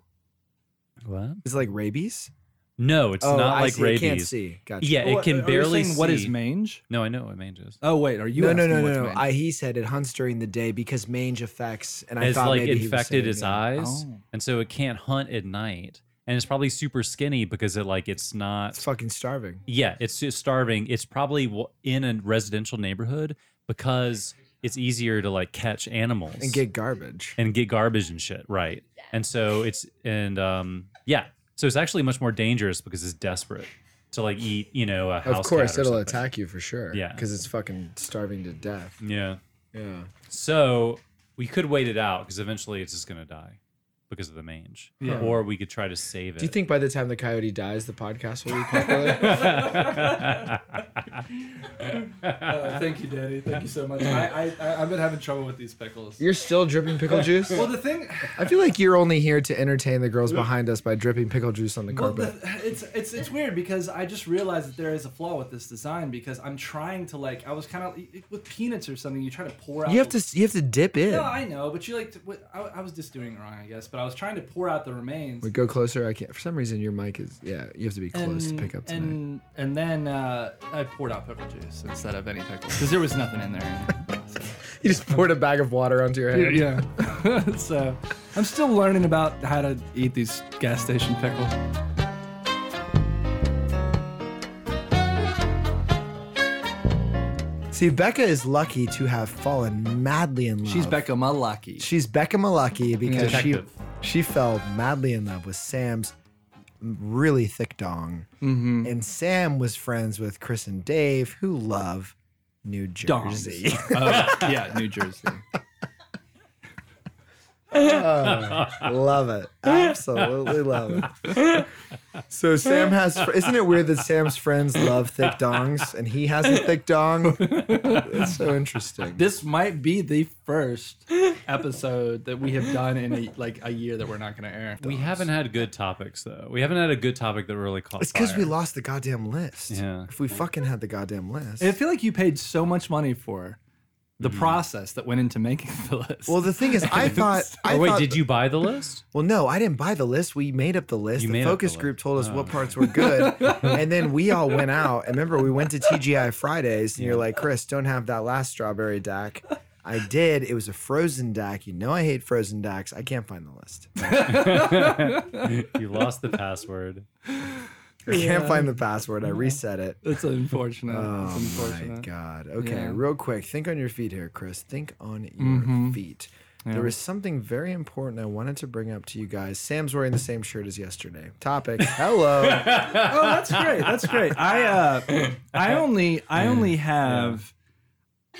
Speaker 4: What?
Speaker 3: Is it like rabies?
Speaker 4: No, it's
Speaker 3: oh,
Speaker 4: not
Speaker 3: I
Speaker 4: like
Speaker 3: see.
Speaker 4: rabies.
Speaker 3: It can't see. Gotcha. uh,
Speaker 4: Yeah,
Speaker 5: Oh,
Speaker 4: it can
Speaker 5: are you
Speaker 4: barely
Speaker 5: saying
Speaker 4: see.
Speaker 5: What is mange?
Speaker 4: No, I know what mange is.
Speaker 5: Oh wait, are you?
Speaker 3: no, no,
Speaker 5: asking
Speaker 3: no,
Speaker 5: what's
Speaker 3: no, no.
Speaker 5: mange?
Speaker 3: I, he said it hunts during the day because mange affects, and I
Speaker 4: it's
Speaker 3: thought
Speaker 4: like
Speaker 3: maybe he was
Speaker 4: infected
Speaker 3: saying,
Speaker 4: its
Speaker 3: yeah.
Speaker 4: eyes,
Speaker 5: Oh.
Speaker 4: and so it can't hunt at night. And it's probably super skinny because it like it's
Speaker 3: It's
Speaker 4: not.
Speaker 3: fucking starving.
Speaker 4: Yeah, it's just starving. It's probably w- in a residential neighborhood because it's easier to like catch animals
Speaker 3: And get garbage.
Speaker 4: and get garbage and shit, right? And so it's and um yeah, so it's actually much more dangerous because it's desperate to like eat, you know, a house.
Speaker 3: Of course,
Speaker 4: cat or
Speaker 3: it'll
Speaker 4: something.
Speaker 3: attack you for sure.
Speaker 4: Yeah.
Speaker 3: Because it's fucking starving to death.
Speaker 4: Yeah.
Speaker 3: Yeah.
Speaker 4: So we could wait it out because eventually it's just gonna die because of the mange, or we could try to save it.
Speaker 3: Do you think by the time the coyote dies, the podcast will be popular?
Speaker 5: Uh, thank you, Daddy. Thank you so much. I, I, I I've been having trouble with these pickles.
Speaker 3: You're still dripping pickle juice?
Speaker 5: Well, the thing,
Speaker 3: I feel like you're only here to entertain the girls behind us by dripping pickle juice on the
Speaker 5: well,
Speaker 3: carpet.
Speaker 5: the, it's it's it's weird because I just realized that there is a flaw with this design because I'm trying to like I was kind of with peanuts or something. You try to pour out.
Speaker 3: you have
Speaker 5: the-
Speaker 3: to you have to dip in.
Speaker 5: No, I know, but you like to, what- I, I was just doing it wrong, I guess. But I was trying to pour out the remains.
Speaker 3: Wait, go closer. I can't. For some reason, your mic is yeah. You have to be close to pick up tonight.
Speaker 5: and and then uh, I poured out pickle juice instead of any pickles because there was nothing in there.
Speaker 3: you just poured a bag of water onto your head.
Speaker 5: Yeah. so I'm still learning about how to eat these gas station pickles.
Speaker 3: See, Becca is lucky to have fallen madly in love.
Speaker 5: She's Becca Malaki.
Speaker 3: She's Becca Malucky because
Speaker 4: Detective.
Speaker 3: she she fell madly in love with Sam's really thick dong,
Speaker 4: Mm-hmm.
Speaker 3: and Sam was friends with Chris and Dave, who love New
Speaker 5: Dongs.
Speaker 3: Jersey.
Speaker 5: yeah, New Jersey.
Speaker 3: love it. Absolutely love it. So Sam has. Isn't it weird that Sam's friends love thick dongs and he has a thick dong? That's so interesting.
Speaker 5: This might be the first episode that we have done in a, like a year that we're not going to air.
Speaker 4: we haven't had good topics though. We haven't had a good topic that really caught.
Speaker 3: It's because we
Speaker 4: fire.
Speaker 3: lost the goddamn list.
Speaker 4: Yeah.
Speaker 3: If we fucking had the goddamn list.
Speaker 5: I feel like you paid so much money for the process that went into making the list.
Speaker 3: Mm-hmm. Well, the thing is, I thought. I
Speaker 4: Or Oh, wait,
Speaker 3: thought,
Speaker 4: did you buy the list?
Speaker 3: Well, no, I didn't buy the list. We made up the list.
Speaker 4: You
Speaker 3: the
Speaker 4: made up the
Speaker 3: focus
Speaker 4: list.
Speaker 3: group told us what
Speaker 4: Oh.
Speaker 3: parts were good, and then we all went out. And remember, we went to TGI Fridays, and you're like, "Chris, don't have that last strawberry DAC." I did. It was a frozen DAC. You know, I hate frozen DACs. I can't find the list.
Speaker 4: you lost the password.
Speaker 3: I can't find the password. I reset it.
Speaker 5: That's unfortunate.
Speaker 3: Oh
Speaker 5: That's
Speaker 3: my
Speaker 5: unfortunate.
Speaker 3: god. Okay,
Speaker 5: Yeah. Mm-hmm.
Speaker 3: real quick, think on your feet here, Chris. Think on your feet. There was something very important I wanted to bring up to you guys. Sam's wearing the same shirt as yesterday. Topic. Hello.
Speaker 5: oh, that's great. That's great. I uh, I only I only have.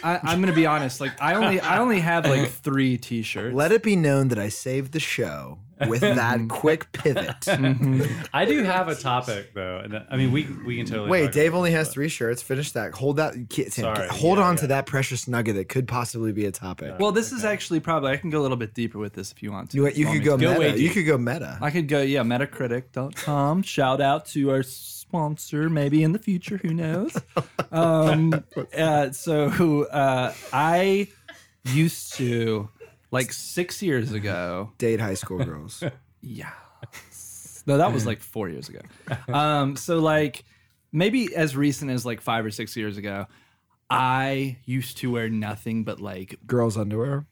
Speaker 5: I, I'm gonna be honest. Like I only I only have like three T-shirts.
Speaker 3: Let it be known that I saved the show with that quick pivot.
Speaker 4: I do have a topic though, and uh, I mean we we can totally.
Speaker 3: Wait,
Speaker 4: talk
Speaker 3: Dave
Speaker 4: about
Speaker 3: only
Speaker 4: this,
Speaker 3: has
Speaker 4: but-
Speaker 3: three shirts. Finish that. Hold that. Ki- Sam,
Speaker 4: Sorry,
Speaker 3: Hold
Speaker 4: yeah,
Speaker 3: on to
Speaker 4: yeah.
Speaker 3: that precious nugget that could possibly be a topic.
Speaker 5: Well, this is actually probably I can go a little bit deeper with this if you want to.
Speaker 3: you, you
Speaker 5: Want
Speaker 3: could
Speaker 5: me
Speaker 3: go,
Speaker 5: to?
Speaker 4: Go way
Speaker 3: meta. You
Speaker 4: deep.
Speaker 3: could go meta.
Speaker 5: I could go yeah, Metacritic.com. Shout out to our sponsor, maybe in the future, who knows? Um, uh, so uh, I used to like six years ago.
Speaker 3: Date high school girls.
Speaker 5: Yeah. No, that was like four years ago. Um, so like maybe as recent as like five or six years ago, I used to wear nothing but like
Speaker 3: girls underwear.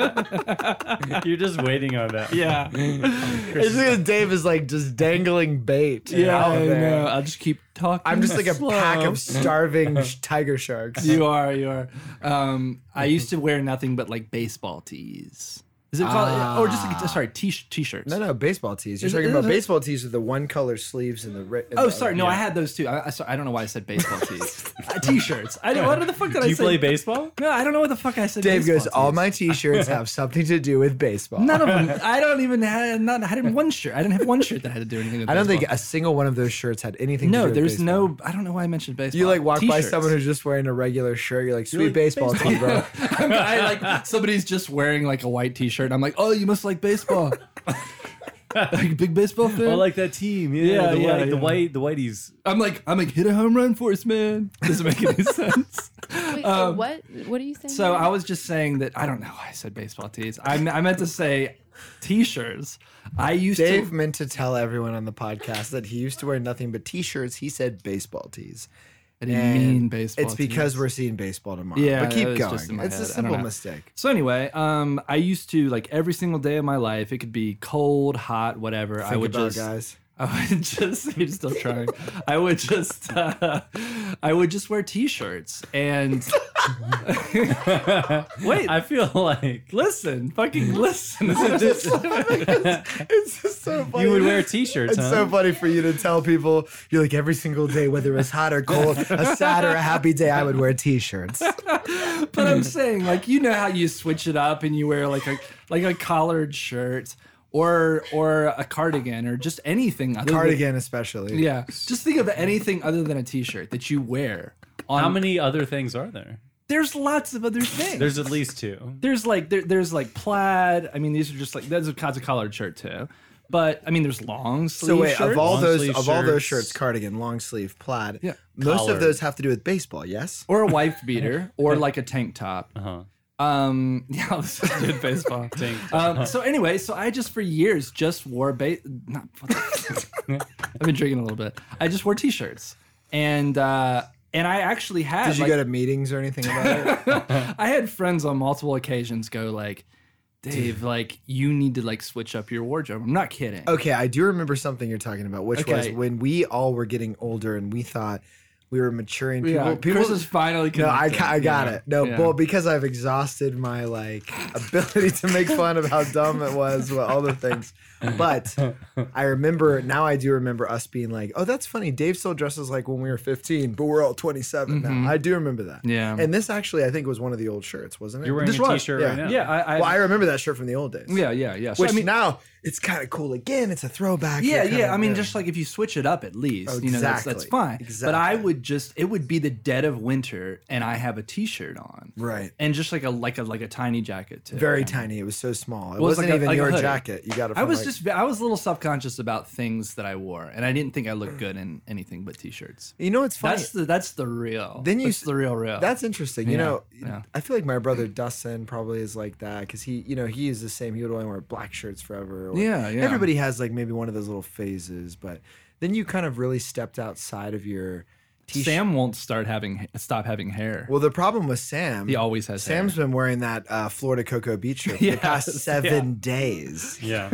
Speaker 4: You're just waiting on that.
Speaker 5: yeah,
Speaker 3: It's because Dave is like just dangling bait.
Speaker 5: yeah.
Speaker 3: out
Speaker 5: I
Speaker 3: there.
Speaker 5: know. I'll just keep talking.
Speaker 3: I'm just like a pack
Speaker 5: slow.
Speaker 3: of starving sh- tiger sharks.
Speaker 5: You are, you are. Um, I used to wear nothing but like baseball tees. Is it called? or just like, sorry, t- t-shirts.
Speaker 3: Ah. No, no, baseball tees. You're
Speaker 5: Is it-
Speaker 3: talking
Speaker 5: is
Speaker 3: about
Speaker 5: it-
Speaker 3: baseball tees with the one color sleeves and the. Ri- and
Speaker 5: Oh,
Speaker 3: the-
Speaker 5: sorry. No, I had those too. I, I, sorry, I don't know why I said baseball tees. uh, t-shirts. I don't. What the fuck did
Speaker 4: Do
Speaker 5: I
Speaker 4: you
Speaker 5: say?
Speaker 4: play baseball?
Speaker 5: No, I don't know what the fuck I said.
Speaker 3: Dave
Speaker 5: baseball
Speaker 3: goes. All
Speaker 5: tees."
Speaker 3: my t-shirts have something to do with baseball.
Speaker 5: None of them. I don't even had. Not, I had one shirt. I didn't have one shirt that had to do anything. With
Speaker 3: I don't think
Speaker 5: baseball.
Speaker 3: a single one of those shirts had anything. to
Speaker 5: No,
Speaker 3: do with
Speaker 5: there's
Speaker 3: baseball.
Speaker 5: no. I don't know why I mentioned baseball.
Speaker 3: You like walk by
Speaker 5: T-shirts.
Speaker 3: someone who's just wearing a regular shirt. You're like, sweet
Speaker 5: like,
Speaker 3: baseball,
Speaker 5: baseball."
Speaker 3: tee, bro.
Speaker 5: I, mean, I like somebody's just wearing like a white T-shirt. and I'm like, oh, you must like baseball. like big baseball fan.
Speaker 4: I like that team. Yeah,
Speaker 5: Yeah,
Speaker 4: the,
Speaker 5: yeah,
Speaker 4: white, the
Speaker 5: yeah.
Speaker 4: white, the whiteies.
Speaker 5: I'm like, I'm like, hit a home run for us, man. Doesn't make any sense.
Speaker 6: Wait,
Speaker 5: Um,
Speaker 6: what? What are you saying?
Speaker 5: So
Speaker 6: here?
Speaker 5: I was just saying that I don't know why I said baseball tees. I, me- I meant to say T-shirts. I used
Speaker 3: Dave
Speaker 5: to.
Speaker 3: meant to tell everyone on the podcast that he used to wear nothing but t-shirts. He said baseball tees.
Speaker 5: I didn't
Speaker 3: And
Speaker 5: mean baseball.
Speaker 3: It's because
Speaker 5: tees.
Speaker 3: we're seeing baseball tomorrow.
Speaker 5: Yeah,
Speaker 3: but keep
Speaker 5: that was
Speaker 3: going.
Speaker 5: just in my
Speaker 3: it's a
Speaker 5: head. I don't
Speaker 3: simple
Speaker 5: know.
Speaker 3: mistake.
Speaker 5: So anyway, um, I used to like every single day of my life. It could be cold, hot, whatever. I
Speaker 3: Think
Speaker 5: would
Speaker 3: about it,
Speaker 5: just,
Speaker 3: guys.
Speaker 5: I would just. You're still trying. I would just. Uh, I would just wear T-shirts and
Speaker 4: Wait, I feel like
Speaker 5: listen. Fucking listen.
Speaker 3: It's just so funny.
Speaker 4: you would wear t-shirts.
Speaker 3: It's
Speaker 4: huh?
Speaker 3: so funny for you to tell people you're like every single day, whether it's hot or cold, a sad or a happy day, I would wear t-shirts.
Speaker 5: But I'm saying, like, you know how you switch it up and you wear like a like a collared shirt or or a cardigan or just anything. Other
Speaker 3: Cardigan, especially.
Speaker 5: Than, yeah. Just think of anything other than a t-shirt that you wear. On
Speaker 4: How many other things are there?
Speaker 5: There's lots of other things.
Speaker 4: There's at least two.
Speaker 5: there's like there, there's like plaid. I mean, these are just like that's a that's a collared shirt too. But I mean, there's long sleeve.
Speaker 3: So wait,
Speaker 5: shirts.
Speaker 3: of all
Speaker 4: Long
Speaker 3: those
Speaker 4: sleeve
Speaker 3: of all those
Speaker 4: shirts.
Speaker 3: shirts, cardigan, long sleeve, plaid.
Speaker 5: Yeah.
Speaker 3: Most of
Speaker 4: Collared.
Speaker 3: those have to do with baseball, yes?
Speaker 5: or a wife beater or like a tank top.
Speaker 4: Uh-huh.
Speaker 5: Um, yeah, this is good baseball.
Speaker 4: Tank
Speaker 5: Um, so anyway, so I just for years just wore ba- not. what the- I've been drinking a little bit. I just wore t-shirts, and uh, and I actually had.
Speaker 3: Did you
Speaker 5: like,
Speaker 3: go to meetings or anything about it?
Speaker 5: I had friends on multiple occasions go like, Dave, like you need to like switch up your wardrobe. I'm not kidding.
Speaker 3: Okay, I do remember something you're talking about, which was
Speaker 5: Okay.
Speaker 3: when we all were getting older and we thought we were maturing. People,
Speaker 5: yeah,
Speaker 3: people
Speaker 5: Chris is finally.
Speaker 3: No, I,
Speaker 5: connected.
Speaker 3: ca- I got
Speaker 5: Yeah,
Speaker 3: it. No,
Speaker 5: yeah.
Speaker 3: well, because I've exhausted my like ability to make fun of how dumb it was with all the things. But I remember now. I do remember us being like, "Oh, that's funny." Dave still dresses like when we were 15, but we're all 27 now. I do remember that.
Speaker 5: Mm-hmm. Yeah.
Speaker 3: And this actually, I think, was one of the old shirts, wasn't it?
Speaker 4: You're wearing
Speaker 5: This
Speaker 4: a
Speaker 5: one,
Speaker 4: t-shirt
Speaker 3: yeah.
Speaker 4: right now.
Speaker 5: Yeah, I, I,
Speaker 3: well, I remember that shirt from the old days.
Speaker 5: yeah, yeah, yeah. So,
Speaker 3: Which
Speaker 5: I mean,
Speaker 3: now it's kind of cool again. It's a throwback.
Speaker 5: Yeah,
Speaker 3: You're kinda-
Speaker 5: yeah. I mean, just like if you switch it up at least,
Speaker 3: Oh,
Speaker 5: you know, that's, that's
Speaker 3: exactly,
Speaker 5: fine. But I
Speaker 3: exactly.
Speaker 5: would just, it would be the dead of winter and I have a t shirt on
Speaker 3: right.
Speaker 5: and just like a, like a, like a tiny jacket too.
Speaker 3: Very tiny. It was so small. It
Speaker 5: Well, it's
Speaker 3: wasn't
Speaker 5: like a-
Speaker 3: even
Speaker 5: like a
Speaker 3: your
Speaker 5: hoodie.
Speaker 3: jacket. You got it.
Speaker 5: I
Speaker 3: from,
Speaker 5: was
Speaker 3: like-
Speaker 5: just, I was a little self conscious about things that I wore and I didn't think I looked good in anything but t shirts.
Speaker 3: You know, it's funny.
Speaker 5: That's the, that's the real.
Speaker 3: Then you
Speaker 5: that's
Speaker 3: s-
Speaker 5: the real, real.
Speaker 3: That's interesting. You
Speaker 5: Yeah,
Speaker 3: know,
Speaker 5: yeah.
Speaker 3: I feel like my brother Dustin probably is like that because he, you know, he is the same. He would only wear black shirts forever. or-
Speaker 5: Yeah, yeah.
Speaker 3: Everybody has like maybe one of those little phases, but then you kind of really stepped outside of your t-shirt.
Speaker 5: Sam won't start having, stop having hair.
Speaker 3: Well, the problem with Sam,
Speaker 5: he always has hair.
Speaker 3: Sam's been wearing that uh, Florida Cocoa Beach shirt for the past
Speaker 5: Yes,
Speaker 3: seven days.
Speaker 4: Yeah.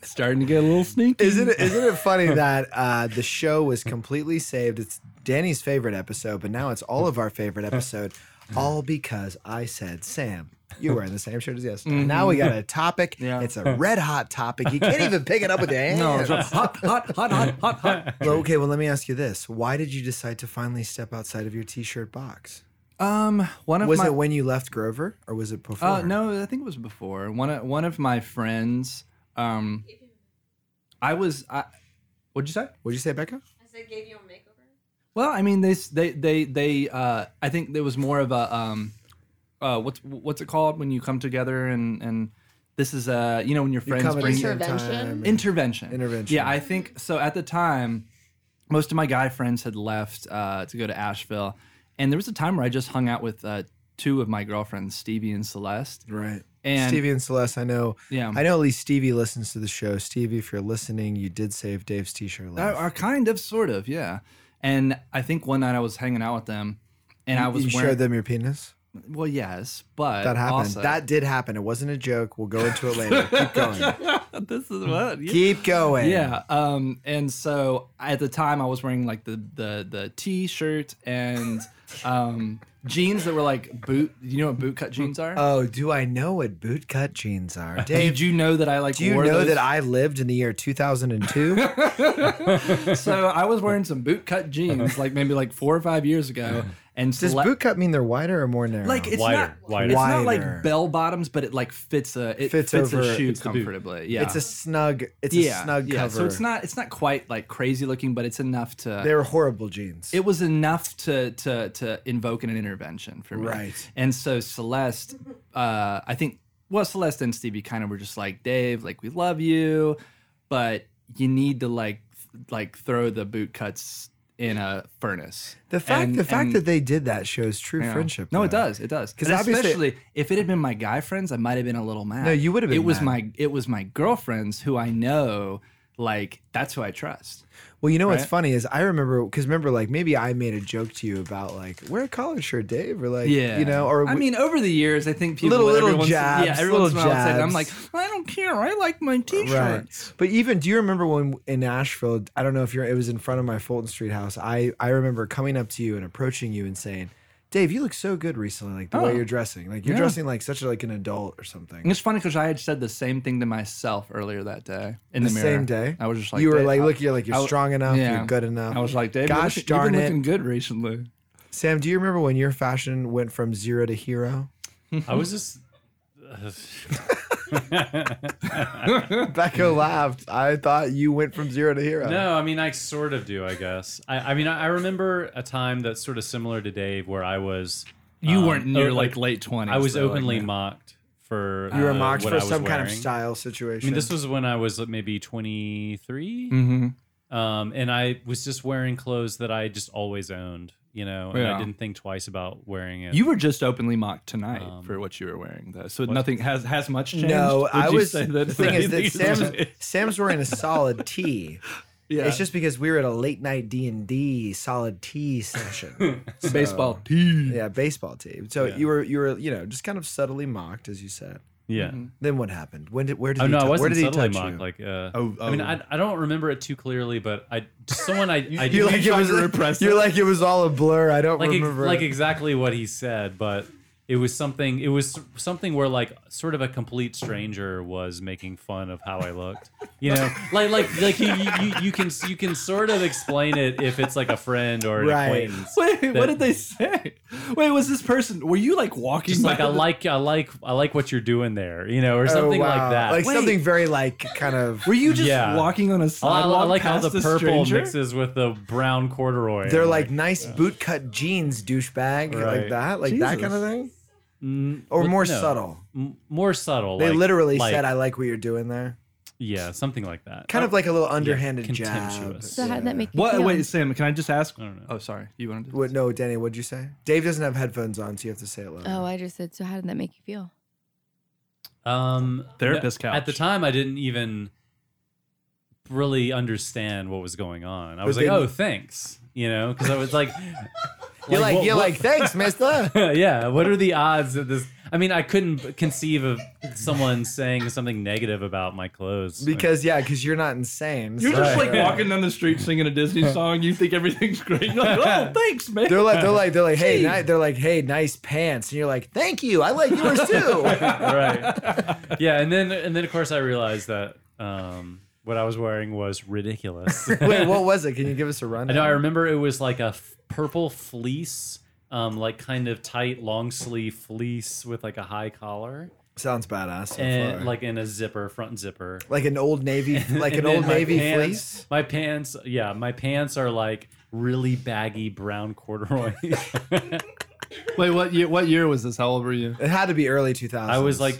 Speaker 5: starting to get a little sneaky.
Speaker 3: Isn't it, isn't it funny that uh, the show was completely saved? It's Danny's favorite episode, but now it's all of our favorite episode, all because I said, Sam, you were in the same shirt as yesterday. Now we got a topic.
Speaker 5: Mm-hmm. Yeah.
Speaker 3: It's a red hot topic. You can't even pick it up with your hands.
Speaker 5: No, it's just hot, hot, hot, hot, hot, hot.
Speaker 3: Well, okay, well, let me ask you this. Why did you decide to finally step outside of your t shirt box?
Speaker 5: Um, one of
Speaker 3: Was
Speaker 5: my
Speaker 3: it when you left Grover or was it before?
Speaker 5: uh, no, I think it was before one of one of my friends. Um, I was I, what'd you say?
Speaker 3: What'd you say, Becca?
Speaker 7: I said, gave you a makeover.
Speaker 5: Well, I mean they s- they they they. Uh, I think there was more of a um, uh, what's what's it called when you come together and and this is uh you know when your friends
Speaker 3: Come at
Speaker 5: bring
Speaker 3: the same
Speaker 7: Intervention?
Speaker 3: time.
Speaker 5: intervention
Speaker 3: Intervention.
Speaker 5: yeah i think so at the time most of my guy friends had left uh, to go to asheville and there was a time where i just hung out with uh, two of my girlfriends stevie and celeste
Speaker 3: Right.
Speaker 5: And-
Speaker 3: Stevie and Celeste, I know.
Speaker 5: Yeah.
Speaker 3: I know at least Stevie listens to the show. Stevie, if you're listening, you did save Dave's t-shirt.
Speaker 5: Uh,
Speaker 3: Life.
Speaker 5: are kind of sort of yeah and i think one night i was hanging out with them and i was
Speaker 3: you
Speaker 5: wearing
Speaker 3: showed them your penis.
Speaker 5: well yes but
Speaker 3: That happened.
Speaker 5: also-
Speaker 3: that did happen. It wasn't a joke. We'll go into it later. Keep going.
Speaker 5: this is what yeah.
Speaker 3: Keep going.
Speaker 5: Yeah. Um, and so at the time I was wearing like the the the t shirt and um, jeans that were like boot you know what boot cut jeans are?
Speaker 3: Oh, do I know what bootcut jeans are, Dave?
Speaker 5: Did you know that I like
Speaker 3: do you
Speaker 5: wore
Speaker 3: know
Speaker 5: those?
Speaker 3: that I lived in the year 2002?
Speaker 5: so I was wearing some boot cut jeans like maybe like four or five years ago and
Speaker 3: Does
Speaker 5: sele-
Speaker 3: bootcut mean they're wider or more narrow?
Speaker 5: like it's
Speaker 4: Wider,
Speaker 5: not
Speaker 4: wider.
Speaker 5: it's not
Speaker 3: Wider.
Speaker 5: like bell bottoms but it like fits a it
Speaker 3: Fits
Speaker 5: fits,
Speaker 3: over-
Speaker 5: a shoe
Speaker 3: fits the boot.
Speaker 5: comfortably yeah
Speaker 3: it's a snug. It's
Speaker 5: yeah
Speaker 3: a snug
Speaker 5: yeah
Speaker 3: cover.
Speaker 5: so it's not it's not quite like crazy looking but it's enough to
Speaker 3: They were horrible jeans.
Speaker 5: it was enough to to to invoke an intervention for me.
Speaker 3: Right.
Speaker 5: And so Celeste, uh, I think, well, Celeste and Stevie kind of were just like, Dave, like we love you, but you need to like th- like throw the boot cuts in a furnace.
Speaker 3: the fact
Speaker 5: And-
Speaker 3: the fact
Speaker 5: and-
Speaker 3: that they did that shows true
Speaker 5: yeah.
Speaker 3: friendship.
Speaker 5: No, it
Speaker 3: though.
Speaker 5: does. It does.
Speaker 3: 'Cause
Speaker 5: Because
Speaker 3: obviously-
Speaker 5: especially if it had been my guy friends, I might have been a little mad.
Speaker 3: No, you would have been
Speaker 5: It was
Speaker 3: mad.
Speaker 5: my it was my girlfriends who I know. Like that's who I trust.
Speaker 3: Well, you know what's
Speaker 5: Right?
Speaker 3: funny is I remember because remember like maybe I made a joke to you about like wear a collared shirt, Dave, or like
Speaker 5: Yeah,
Speaker 3: you know, or
Speaker 5: I mean, over the years, I think people
Speaker 3: Little-
Speaker 5: every
Speaker 3: little
Speaker 5: once-
Speaker 3: jabs,
Speaker 5: yeah, every
Speaker 3: little
Speaker 5: once in a while, I'll say that. I'm like,
Speaker 3: jabs.
Speaker 5: I don't care. I like my
Speaker 3: right.
Speaker 5: t-shirts.
Speaker 3: But even do you remember when in Nashville? I don't know if you're. It was in front of my Fulton Street house. I I remember coming up to you and approaching you and saying. Dave, you look so good recently, like the way
Speaker 5: Oh.
Speaker 3: you're dressing. Like you're
Speaker 5: Yeah.
Speaker 3: dressing like such a, like an adult or
Speaker 5: And
Speaker 3: something.
Speaker 5: it's funny because I had said the same thing to myself earlier that day in
Speaker 3: The
Speaker 5: the, mirror.
Speaker 3: same day,
Speaker 5: I was just like,
Speaker 3: you were
Speaker 5: "Dave,
Speaker 3: like,
Speaker 5: I-
Speaker 3: look, you're like you're
Speaker 5: I-
Speaker 3: strong enough,
Speaker 5: yeah.
Speaker 3: you're good enough.
Speaker 5: I was like, Dave,
Speaker 3: gosh
Speaker 5: you've been
Speaker 3: darn it,
Speaker 5: looking good recently.
Speaker 3: Sam. Do you remember when your fashion went from zero to hero?
Speaker 4: I was just.
Speaker 3: Becca laughed. I thought you went from zero to hero.
Speaker 4: No, I mean, I sort of do, I guess. I, I mean, I, I remember a time that's sort of similar to Dave where I was.
Speaker 5: You
Speaker 4: um,
Speaker 5: weren't near
Speaker 4: o-
Speaker 5: like late twenties.
Speaker 4: I was openly mocked for.
Speaker 3: You were
Speaker 4: uh,
Speaker 3: mocked
Speaker 4: what
Speaker 3: for
Speaker 4: I was
Speaker 3: some kind of
Speaker 4: wearing.
Speaker 3: style
Speaker 4: I
Speaker 3: situation.
Speaker 4: mean, this was when I was like, maybe 23.
Speaker 3: Mm-hmm.
Speaker 5: hmm
Speaker 3: Mm.
Speaker 4: um, and I was just wearing clothes that I just always owned, you know, and I
Speaker 5: Yeah.
Speaker 4: didn't think twice about wearing it.
Speaker 5: You were just openly mocked tonight
Speaker 4: Um,
Speaker 5: for what you were wearing, though. So nothing has has much changed.
Speaker 3: no,
Speaker 5: Would
Speaker 3: I
Speaker 5: you
Speaker 3: was.
Speaker 5: say
Speaker 3: the
Speaker 5: that
Speaker 3: thing is that
Speaker 5: anything has
Speaker 3: Sam's,
Speaker 5: changed?
Speaker 3: Sam's wearing a solid tee.
Speaker 5: yeah,
Speaker 3: It's just because we were at a late night D and D solid tee session. So-
Speaker 5: baseball tee.
Speaker 3: Yeah, baseball tee. So
Speaker 4: Yeah.
Speaker 3: you were you were you know just kind of subtly mocked as you said.
Speaker 4: yeah.
Speaker 3: Then what happened? When did where did
Speaker 4: Oh
Speaker 3: he
Speaker 4: no,
Speaker 3: tou-
Speaker 4: I
Speaker 3: Mm-hmm. where
Speaker 4: wasn't
Speaker 3: did he
Speaker 4: subtly
Speaker 3: touch
Speaker 4: mocked.
Speaker 3: you?
Speaker 4: Like, uh,
Speaker 5: Oh,
Speaker 4: I mean,
Speaker 5: oh.
Speaker 4: I, I don't remember it too clearly, but I someone I, I
Speaker 3: you're like it
Speaker 5: trying
Speaker 3: was
Speaker 5: to repress
Speaker 3: you're
Speaker 5: it?
Speaker 3: like it was all a blur. I don't
Speaker 4: like ex-
Speaker 3: remember.
Speaker 4: like exactly what he said, but It was something. It was something where like sort of a complete stranger was making fun of how I looked. You know, like like like you, you, you- you can you can sort of explain it if it's like a friend or an
Speaker 3: Right.
Speaker 4: acquaintance.
Speaker 5: Wait,
Speaker 4: That-
Speaker 5: what did they say? Wait, was this person? Were you like walking?
Speaker 4: Just like
Speaker 5: by
Speaker 4: I
Speaker 5: the-
Speaker 4: like I like I like what you're doing there. You know, or something
Speaker 3: Oh,
Speaker 4: like
Speaker 3: wow.
Speaker 4: that.
Speaker 3: Like
Speaker 5: Wait.
Speaker 3: something very like kind of.
Speaker 5: Were you just
Speaker 4: Yeah.
Speaker 5: walking on a
Speaker 4: I, I
Speaker 5: sidewalk
Speaker 4: like how
Speaker 5: past a
Speaker 4: the purple
Speaker 5: stranger?
Speaker 4: mixes with the brown corduroy.
Speaker 3: They're
Speaker 4: I'm
Speaker 3: like nice bootcut jeans, douchebag,
Speaker 4: Right.
Speaker 3: like that, like that kind of thing,
Speaker 4: Mm,
Speaker 3: or
Speaker 4: what-
Speaker 3: more
Speaker 4: no,
Speaker 3: subtle.
Speaker 4: m- more subtle.
Speaker 3: They
Speaker 4: like-
Speaker 3: literally
Speaker 4: like- Oh,
Speaker 3: said, "I like what you're doing there,"
Speaker 4: yeah, something like that.
Speaker 3: kind of like a little underhanded jab.
Speaker 4: contemptuous.
Speaker 6: So how did that make you
Speaker 5: What?
Speaker 6: feel?
Speaker 5: Wait, Sam. Can I just ask?
Speaker 4: I don't know.
Speaker 5: Oh, sorry. You wanted to?
Speaker 3: What? No, Danny, what'd you say? Dave doesn't have headphones on, so you have to say it loud.
Speaker 6: Oh, I just said. So how did that make you feel?
Speaker 4: Um,
Speaker 5: Therapist
Speaker 4: no, At the
Speaker 5: couch.
Speaker 4: time, I didn't even really understand what was going on. I
Speaker 3: But
Speaker 4: was like,
Speaker 3: they-
Speaker 4: "Oh, thanks," you know, because I was like,
Speaker 3: you're like,
Speaker 4: what-
Speaker 3: you're
Speaker 4: what-
Speaker 3: like, thanks, Mister.
Speaker 4: yeah. What are the odds that this? I mean, I couldn't conceive of someone saying something negative about my clothes
Speaker 3: Because yeah, because you're not insane.
Speaker 5: You're just
Speaker 3: so-
Speaker 5: like walking down the street singing a Disney song. You think everything's great. You're like, oh, thanks, man.
Speaker 3: They're like, they're like, they're like, hey,
Speaker 5: Gee.
Speaker 3: ni- they're like, hey, nice pants, and you're like, thank you, I like yours too.
Speaker 4: right. Yeah, and then and then of course I realized that um, what I was wearing was ridiculous.
Speaker 3: Wait, what was it? Can you give us a
Speaker 4: I
Speaker 3: rundown?
Speaker 4: know. I remember it was like a f- purple fleece, um, like kind of tight long sleeve fleece with like a high collar
Speaker 3: Sounds badass. So
Speaker 4: and
Speaker 3: far.
Speaker 4: like in a zipper, front zipper.
Speaker 3: like an old navy, like
Speaker 4: And
Speaker 3: an
Speaker 4: then
Speaker 3: old
Speaker 4: my
Speaker 3: navy
Speaker 4: pants-
Speaker 3: fleece.
Speaker 4: My pants, yeah, my pants are like really baggy brown corduroy.
Speaker 5: Wait, what year? What year was this? How old were you?
Speaker 3: It had to be early 2000s.
Speaker 4: I was like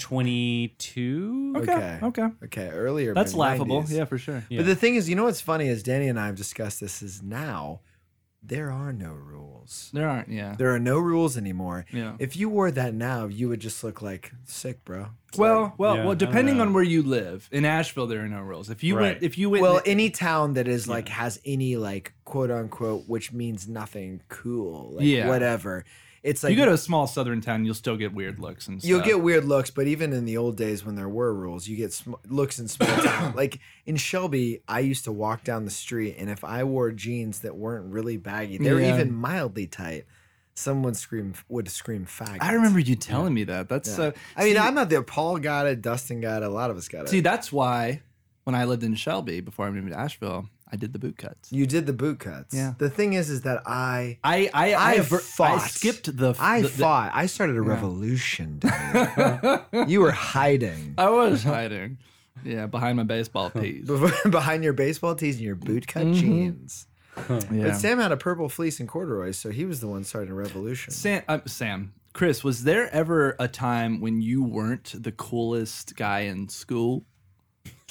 Speaker 4: 22.
Speaker 5: Okay, okay.
Speaker 3: okay, earlier.
Speaker 5: That's
Speaker 3: maybe
Speaker 5: laughable.
Speaker 3: 90s.
Speaker 5: Yeah, for sure.
Speaker 4: Yeah.
Speaker 3: But the thing is, you know what's funny is Danny and I have discussed this is now there are no rules.
Speaker 5: There aren't. Yeah.
Speaker 3: There are no rules anymore.
Speaker 5: Yeah.
Speaker 3: If you wore that now, you would just look like sick, bro. It's
Speaker 5: Well, well,
Speaker 4: Yeah, I
Speaker 5: well.
Speaker 4: don't
Speaker 5: Depending
Speaker 4: know.
Speaker 5: on where you live, in Asheville, there are no rules. If you
Speaker 4: Right.
Speaker 5: went, if you
Speaker 3: like-
Speaker 5: went,
Speaker 3: well, any town that is like has any like quote unquote, which means nothing cool, like
Speaker 5: Yeah.
Speaker 3: whatever. It's like
Speaker 5: you go to a small southern town, you'll still get weird looks and stuff.
Speaker 3: You'll get weird looks, but even in the old days when there were rules, you get sm- looks in small town. Like in Shelby, I used to walk down the street, and if I wore jeans that weren't really baggy, they were
Speaker 5: Yeah.
Speaker 3: even mildly tight, someone scream would scream faggot.
Speaker 5: I remember you telling me that. That's uh,
Speaker 3: Yeah.
Speaker 5: so.
Speaker 3: I mean,
Speaker 5: see-
Speaker 3: I'm not there. Paul got it. Dustin got it. A lot of us got it.
Speaker 5: See, that's why when I lived in Shelby before I moved to Asheville, I did the boot cuts.
Speaker 3: you did the boot cuts.
Speaker 5: Yeah.
Speaker 3: The thing is, is that I.
Speaker 5: I I I,
Speaker 3: I
Speaker 5: aver-
Speaker 3: fought.
Speaker 5: I skipped the.
Speaker 3: I
Speaker 5: the, the-
Speaker 3: fought. I started a revolution. Dave. you were hiding
Speaker 5: I was hiding. Yeah, behind my baseball tees.
Speaker 3: behind your baseball tees and your bootcut
Speaker 5: Mm-hmm.
Speaker 3: jeans.
Speaker 5: Yeah.
Speaker 3: But Sam had a purple fleece and corduroys, so he was the one starting a revolution.
Speaker 5: Sam, uh, Sam, Chris, was there ever a time when you weren't the coolest guy in school?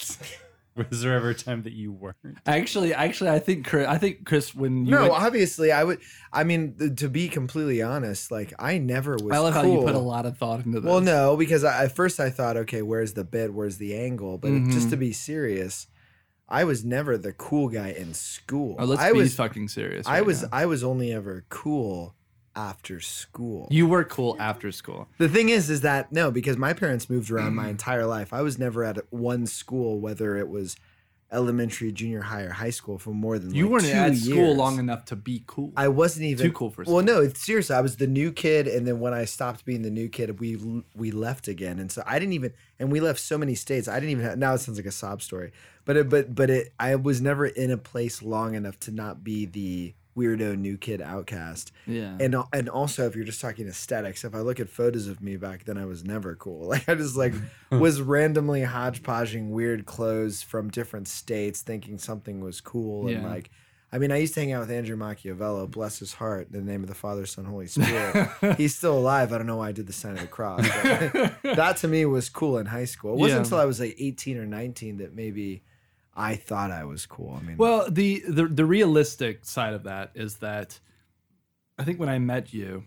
Speaker 4: Was there ever a time that you weren't?
Speaker 5: Actually, actually, I think Chris. I think Chris, when you
Speaker 3: no,
Speaker 5: went-
Speaker 3: obviously, I would. I mean, th- to be completely honest, like I never was.
Speaker 5: I love how you put a
Speaker 3: cool.
Speaker 5: lot of thought into this.
Speaker 3: Well, no, because I, at first I thought, okay, where's the bit? Where's the angle? But just to
Speaker 5: Mm-hmm.
Speaker 3: be serious, I was never the cool guy in school.
Speaker 5: Oh, let's
Speaker 3: I
Speaker 5: be
Speaker 3: was.
Speaker 5: fucking serious.
Speaker 3: I
Speaker 5: right
Speaker 3: was.
Speaker 5: now.
Speaker 3: I was only ever cool after school.
Speaker 5: You were cool after school.
Speaker 3: The thing is, is that no, because my parents moved around
Speaker 5: Mm.
Speaker 3: my entire life. I was never at one school, whether it was elementary, junior high, or high school, for more than
Speaker 5: You
Speaker 3: like,
Speaker 5: weren't
Speaker 3: two
Speaker 5: at
Speaker 3: years.
Speaker 5: school long enough to be cool.
Speaker 3: I wasn't even
Speaker 5: Too cool for
Speaker 3: Well, no, it's seriously. I was the new kid, and then when I stopped being the new kid, we we left again, and so I didn't even. And we left so many states. I didn't even. Have, now it sounds like a sob story, but it, but but it. I was never in a place long enough to not be the weirdo new kid outcast.
Speaker 5: yeah.
Speaker 3: And al- and also, if you're just talking aesthetics, if I look at photos of me back then, I was never cool. Like I just like was randomly hodgepodging weird clothes from different states, thinking something was cool. And
Speaker 5: Yeah.
Speaker 3: like, I mean, I used to hang out with Andrew Machiavello, bless his heart, in the name of the Father, Son, Holy Spirit. He's still alive. I don't know why I did the sign of the cross. but that to me was cool in high school. It wasn't
Speaker 5: Yeah.
Speaker 3: until I was like 18 or 19 that maybe I thought I was cool. I mean,
Speaker 5: Well, the, the the realistic side of that is that I think when I met you,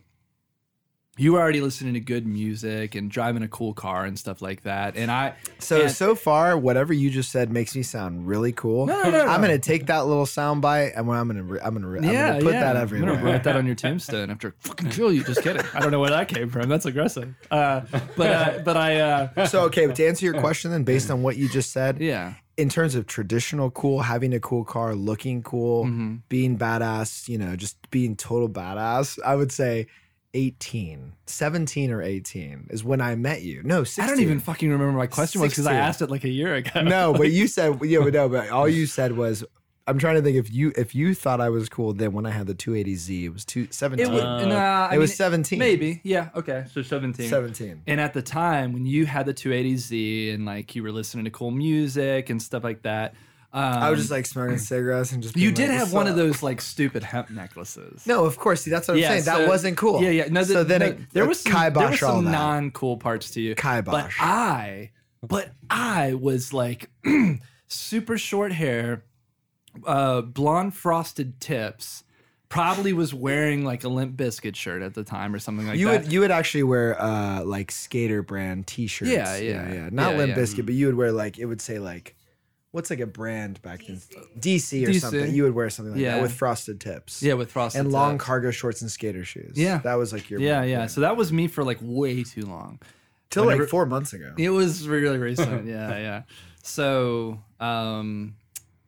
Speaker 5: you were already listening to good music and driving a cool car and stuff like that. And I
Speaker 3: So
Speaker 5: and-
Speaker 3: so far, whatever you just said makes me sound really cool.
Speaker 5: No, no, no,
Speaker 3: I'm
Speaker 5: no.
Speaker 3: gonna take that little sound bite and I'm gonna re- I'm gonna, re- I'm gonna put that
Speaker 5: I'm gonna
Speaker 3: everywhere.
Speaker 5: write that on your tombstone after I fucking kill you. Just kidding. I don't know where that came from. That's aggressive. Uh, but uh, but I uh,
Speaker 3: so okay, but to answer your question, then based on what you just said,
Speaker 5: yeah.
Speaker 3: in terms of traditional cool, having a cool car,
Speaker 5: Mm-hmm.
Speaker 3: looking cool, being badass, you know, just being total badass, I would say 18, 17 or 18 is when I met you. No, 16.
Speaker 5: I don't even fucking remember my question was because I
Speaker 3: 16.
Speaker 5: asked it like a year ago.
Speaker 3: No, but you said yeah, but no, but all you said was I'm trying to think if you if you thought I was cool then when I had the 280Z it was two, 17.
Speaker 5: it was,
Speaker 4: Uh,
Speaker 5: nah, I
Speaker 3: it was
Speaker 5: mean,
Speaker 3: 17.
Speaker 5: Maybe, yeah, okay, so 17.
Speaker 3: 17.
Speaker 5: And at the time when you had the 280Z and like you were listening to cool music and stuff like that, um,
Speaker 3: I was just like smoking cigarettes and just
Speaker 5: you
Speaker 3: being
Speaker 5: did
Speaker 3: like,
Speaker 5: have
Speaker 3: "What's
Speaker 5: one
Speaker 3: up?"
Speaker 5: of those like stupid hemp necklaces.
Speaker 3: No, of course. See, that's what I'm
Speaker 5: Yeah,
Speaker 3: saying. that
Speaker 5: so-
Speaker 3: wasn't cool.
Speaker 5: Yeah, yeah. No,
Speaker 3: so then
Speaker 5: no,
Speaker 3: it,
Speaker 5: there
Speaker 3: it
Speaker 5: was some,
Speaker 3: kibosh
Speaker 5: there was
Speaker 3: all
Speaker 5: some
Speaker 3: that.
Speaker 5: non-cool parts to you. But
Speaker 3: Kibosh.
Speaker 5: I, but I was like super short hair, uh, blonde frosted tips. Probably was wearing like a Limp Biscuit shirt at the time or something like
Speaker 3: you
Speaker 5: that.
Speaker 3: would you would actually wear uh like skater brand t-shirts.
Speaker 5: Yeah, yeah.
Speaker 3: Not
Speaker 5: Yeah,
Speaker 3: Limp
Speaker 5: yeah.
Speaker 3: Bizkit, but you would wear like it would say like what's like a brand back then? DC or
Speaker 5: DC.
Speaker 3: something. You would wear something like
Speaker 5: Yeah.
Speaker 3: that with frosted tips.
Speaker 5: yeah, with frosted
Speaker 3: and long
Speaker 5: tips.
Speaker 3: cargo shorts and skater shoes.
Speaker 5: Yeah.
Speaker 3: that was like your
Speaker 5: Yeah, yeah. So that was me for like way too long.
Speaker 3: till
Speaker 5: whenever-
Speaker 3: like four months ago.
Speaker 5: It was really recent. yeah, yeah. So, um,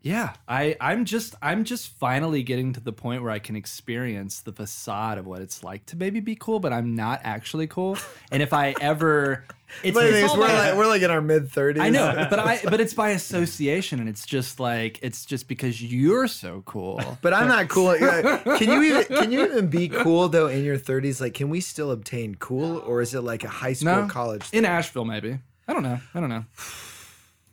Speaker 5: yeah, I I'm just I'm just finally getting to the point where I can experience the facade of what it's like to maybe be cool, but I'm not actually cool. And if I ever, it's,
Speaker 3: But anyways,
Speaker 5: all
Speaker 3: we're
Speaker 5: by-
Speaker 3: like we're like in our mid thirties.
Speaker 5: I know, but I but it's by association, and it's just like it's just because you're so cool.
Speaker 3: But I'm not cool. Uh, Can you even can you even be cool though in your 30s? Like, can we still obtain cool, or is it like a high school
Speaker 5: No.
Speaker 3: college?
Speaker 5: In Asheville, maybe I don't know. I don't know.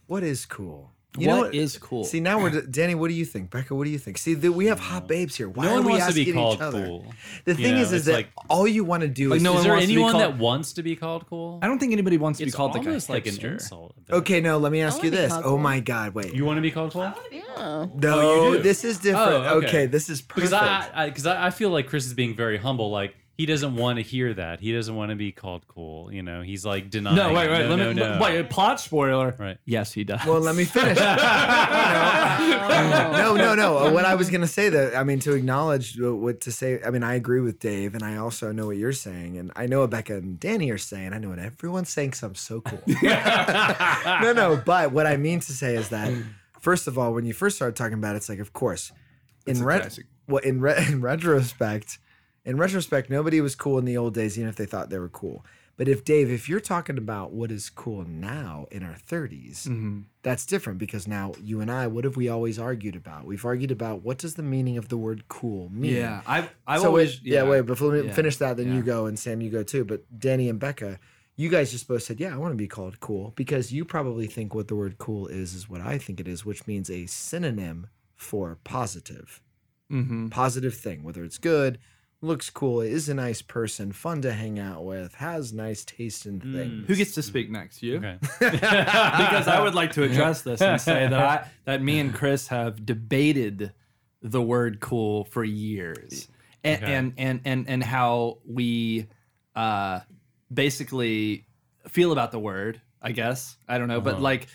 Speaker 3: What is cool?
Speaker 5: What is
Speaker 3: You know what-
Speaker 5: cool?
Speaker 3: See now we're Danny. What do you think, Becca? What do you think? See, th- we have hot babes here. Why
Speaker 4: no
Speaker 3: are
Speaker 4: one
Speaker 3: we
Speaker 4: wants to
Speaker 3: asking
Speaker 4: be called
Speaker 3: each other?
Speaker 4: cool.
Speaker 3: The
Speaker 4: You
Speaker 3: thing
Speaker 4: know,
Speaker 3: is, is
Speaker 4: it's
Speaker 3: that
Speaker 4: like-
Speaker 3: all you want to do
Speaker 5: Like,
Speaker 3: is
Speaker 5: no
Speaker 4: is
Speaker 5: one
Speaker 4: there
Speaker 5: wants to be
Speaker 4: anyone
Speaker 5: called-
Speaker 4: that wants to be called cool?
Speaker 5: I don't think anybody wants to be
Speaker 4: it's
Speaker 5: called like a
Speaker 4: almost like an
Speaker 5: hipster.
Speaker 4: insult.
Speaker 3: Okay, no. Let me ask
Speaker 6: wanna
Speaker 3: you
Speaker 6: be
Speaker 3: this.
Speaker 6: called
Speaker 3: Oh
Speaker 6: cool.
Speaker 3: my God! Wait.
Speaker 4: You want to be called cool?
Speaker 6: Yeah.
Speaker 3: no,
Speaker 4: Oh, you do?
Speaker 3: this is different.
Speaker 4: Oh,
Speaker 3: okay.
Speaker 4: okay.
Speaker 3: this is perfect.
Speaker 4: because I because I, I, feel like Chris is being very humble. Like he doesn't want to hear that. He doesn't want to be called cool. You know, he's like denying.
Speaker 5: No, wait,
Speaker 4: it.
Speaker 5: wait.
Speaker 4: No,
Speaker 5: let me,
Speaker 4: no, no.
Speaker 5: Wait, plot spoiler.
Speaker 4: Right.
Speaker 5: Yes, he does.
Speaker 3: well, let me finish.
Speaker 6: Oh.
Speaker 3: no, no, no. What I was gonna say that I mean to acknowledge what to say. I mean, I agree with Dave, and I also know what you're saying, and I know what Becca and Danny are saying. I know what everyone's saying because I'm so cool. no, no. But what I mean to say is that first of all, when you first started talking about it, it's like, of course, in
Speaker 5: a
Speaker 3: ret-
Speaker 5: classic.
Speaker 3: well, in, re- in retrospect, in retrospect, nobody was cool in the old days, even if they thought they were cool. But if Dave, if you're talking about what is cool now in our 30s,
Speaker 5: Mm. Mm-hmm.
Speaker 3: that's different because now you and I, what have we always argued about? We've argued about what does the meaning of the word cool mean?
Speaker 5: Yeah, I I
Speaker 3: so
Speaker 5: always
Speaker 3: wait, yeah, wait. Before we
Speaker 5: yeah,
Speaker 3: finish that, then you
Speaker 5: yeah.
Speaker 3: go and Sam, you go too. But Danny and Becca, you guys just both said, "Yeah, I want to be called cool," because you probably think what the word "cool" is is what I think it is, which means a synonym for positive,
Speaker 5: Mm-hmm.
Speaker 3: positive thing. Whether it's good, looks cool, is a nice person, fun to hang out with, has nice taste in
Speaker 5: Hmm.
Speaker 3: things.
Speaker 5: Who gets to speak next? You?
Speaker 4: Okay.
Speaker 5: because I would like to address this and say that I that me and Chris have debated the word cool for years. And
Speaker 4: Okay.
Speaker 5: and, and and and how we uh basically feel about the word, I guess. I don't know, but
Speaker 4: Uh-huh.
Speaker 5: like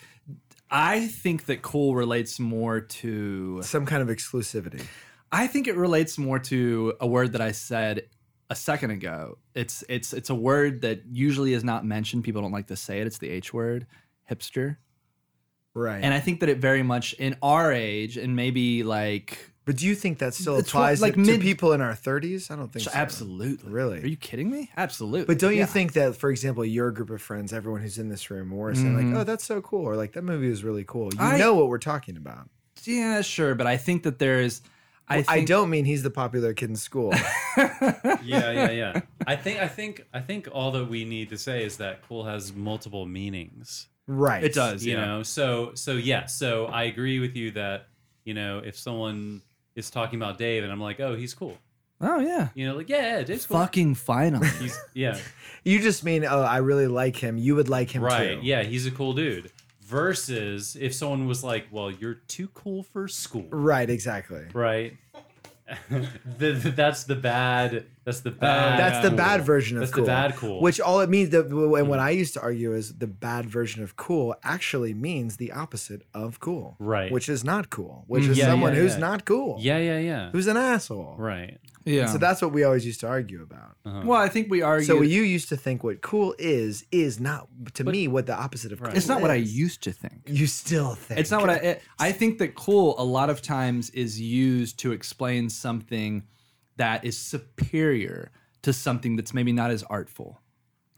Speaker 5: I think that cool relates more to
Speaker 3: Some kind of exclusivity.
Speaker 5: I think it relates more to a word that I said a second ago. It's it's it's a word that usually is not mentioned. People don't like to say it. It's the H word, hipster.
Speaker 3: Right.
Speaker 5: And I think that it very much in our age and maybe like
Speaker 3: but do you think that still
Speaker 5: It's what-
Speaker 3: applies
Speaker 5: like
Speaker 3: to
Speaker 5: mid-
Speaker 3: people in our 30s? I don't think so.
Speaker 5: absolutely.
Speaker 3: Really?
Speaker 5: Are you kidding me? Absolutely.
Speaker 3: But don't you
Speaker 5: Yeah.
Speaker 3: think that, for example, your group of friends, everyone who's in this room, were saying
Speaker 4: Mm-hmm.
Speaker 3: like, "Oh, that's so cool," or like, "That movie was really cool." You
Speaker 5: I-
Speaker 3: know what we're talking about.
Speaker 5: Yeah, sure. But I think that there's. I,
Speaker 3: I,
Speaker 5: think,
Speaker 3: don't mean he's the popular kid in school.
Speaker 4: yeah, yeah, yeah. I think I think I think all that we need to say is that cool has multiple meanings.
Speaker 3: right.
Speaker 5: It does.
Speaker 4: You
Speaker 5: yeah.
Speaker 4: know, so so yeah, so I agree with you that you know if someone is talking about Dave and I'm like, oh, he's cool.
Speaker 5: Oh yeah.
Speaker 4: You know, like yeah, yeah Dave's cool.
Speaker 5: Fucking finally.
Speaker 4: He's yeah,
Speaker 3: You just mean, "Oh, I really like him. You would like him
Speaker 4: right.
Speaker 3: too."
Speaker 4: Yeah, he's a cool dude. Versus if someone was like, well, you're too cool for school.
Speaker 3: Right. Exactly.
Speaker 4: right? the, the- that's the bad. That's the bad.
Speaker 3: Uh, That's the
Speaker 4: cool.
Speaker 3: bad version of
Speaker 4: That's
Speaker 3: cool.
Speaker 4: the bad cool. Mm-hmm.
Speaker 3: Which all it means, that, and what I used to argue is the bad version of cool actually means the opposite of cool.
Speaker 4: Right. Mm-hmm.
Speaker 3: Which is not cool. Which is
Speaker 4: yeah,
Speaker 3: someone
Speaker 4: yeah,
Speaker 3: who's
Speaker 4: yeah.
Speaker 3: not cool.
Speaker 4: yeah, yeah, yeah.
Speaker 3: Who's an asshole.
Speaker 4: right.
Speaker 5: yeah.
Speaker 3: So that's what we always used to argue about.
Speaker 4: Uh-huh.
Speaker 5: well, I think we argue.
Speaker 3: So what you used to think what cool is is not to
Speaker 4: But-
Speaker 3: me what the opposite of cool.
Speaker 4: Right.
Speaker 5: it's not what I
Speaker 3: is.
Speaker 5: used to think.
Speaker 3: You still think
Speaker 5: It's not what I. It, I think that cool a lot of times is used to explain something that is superior to something that's maybe not as artful.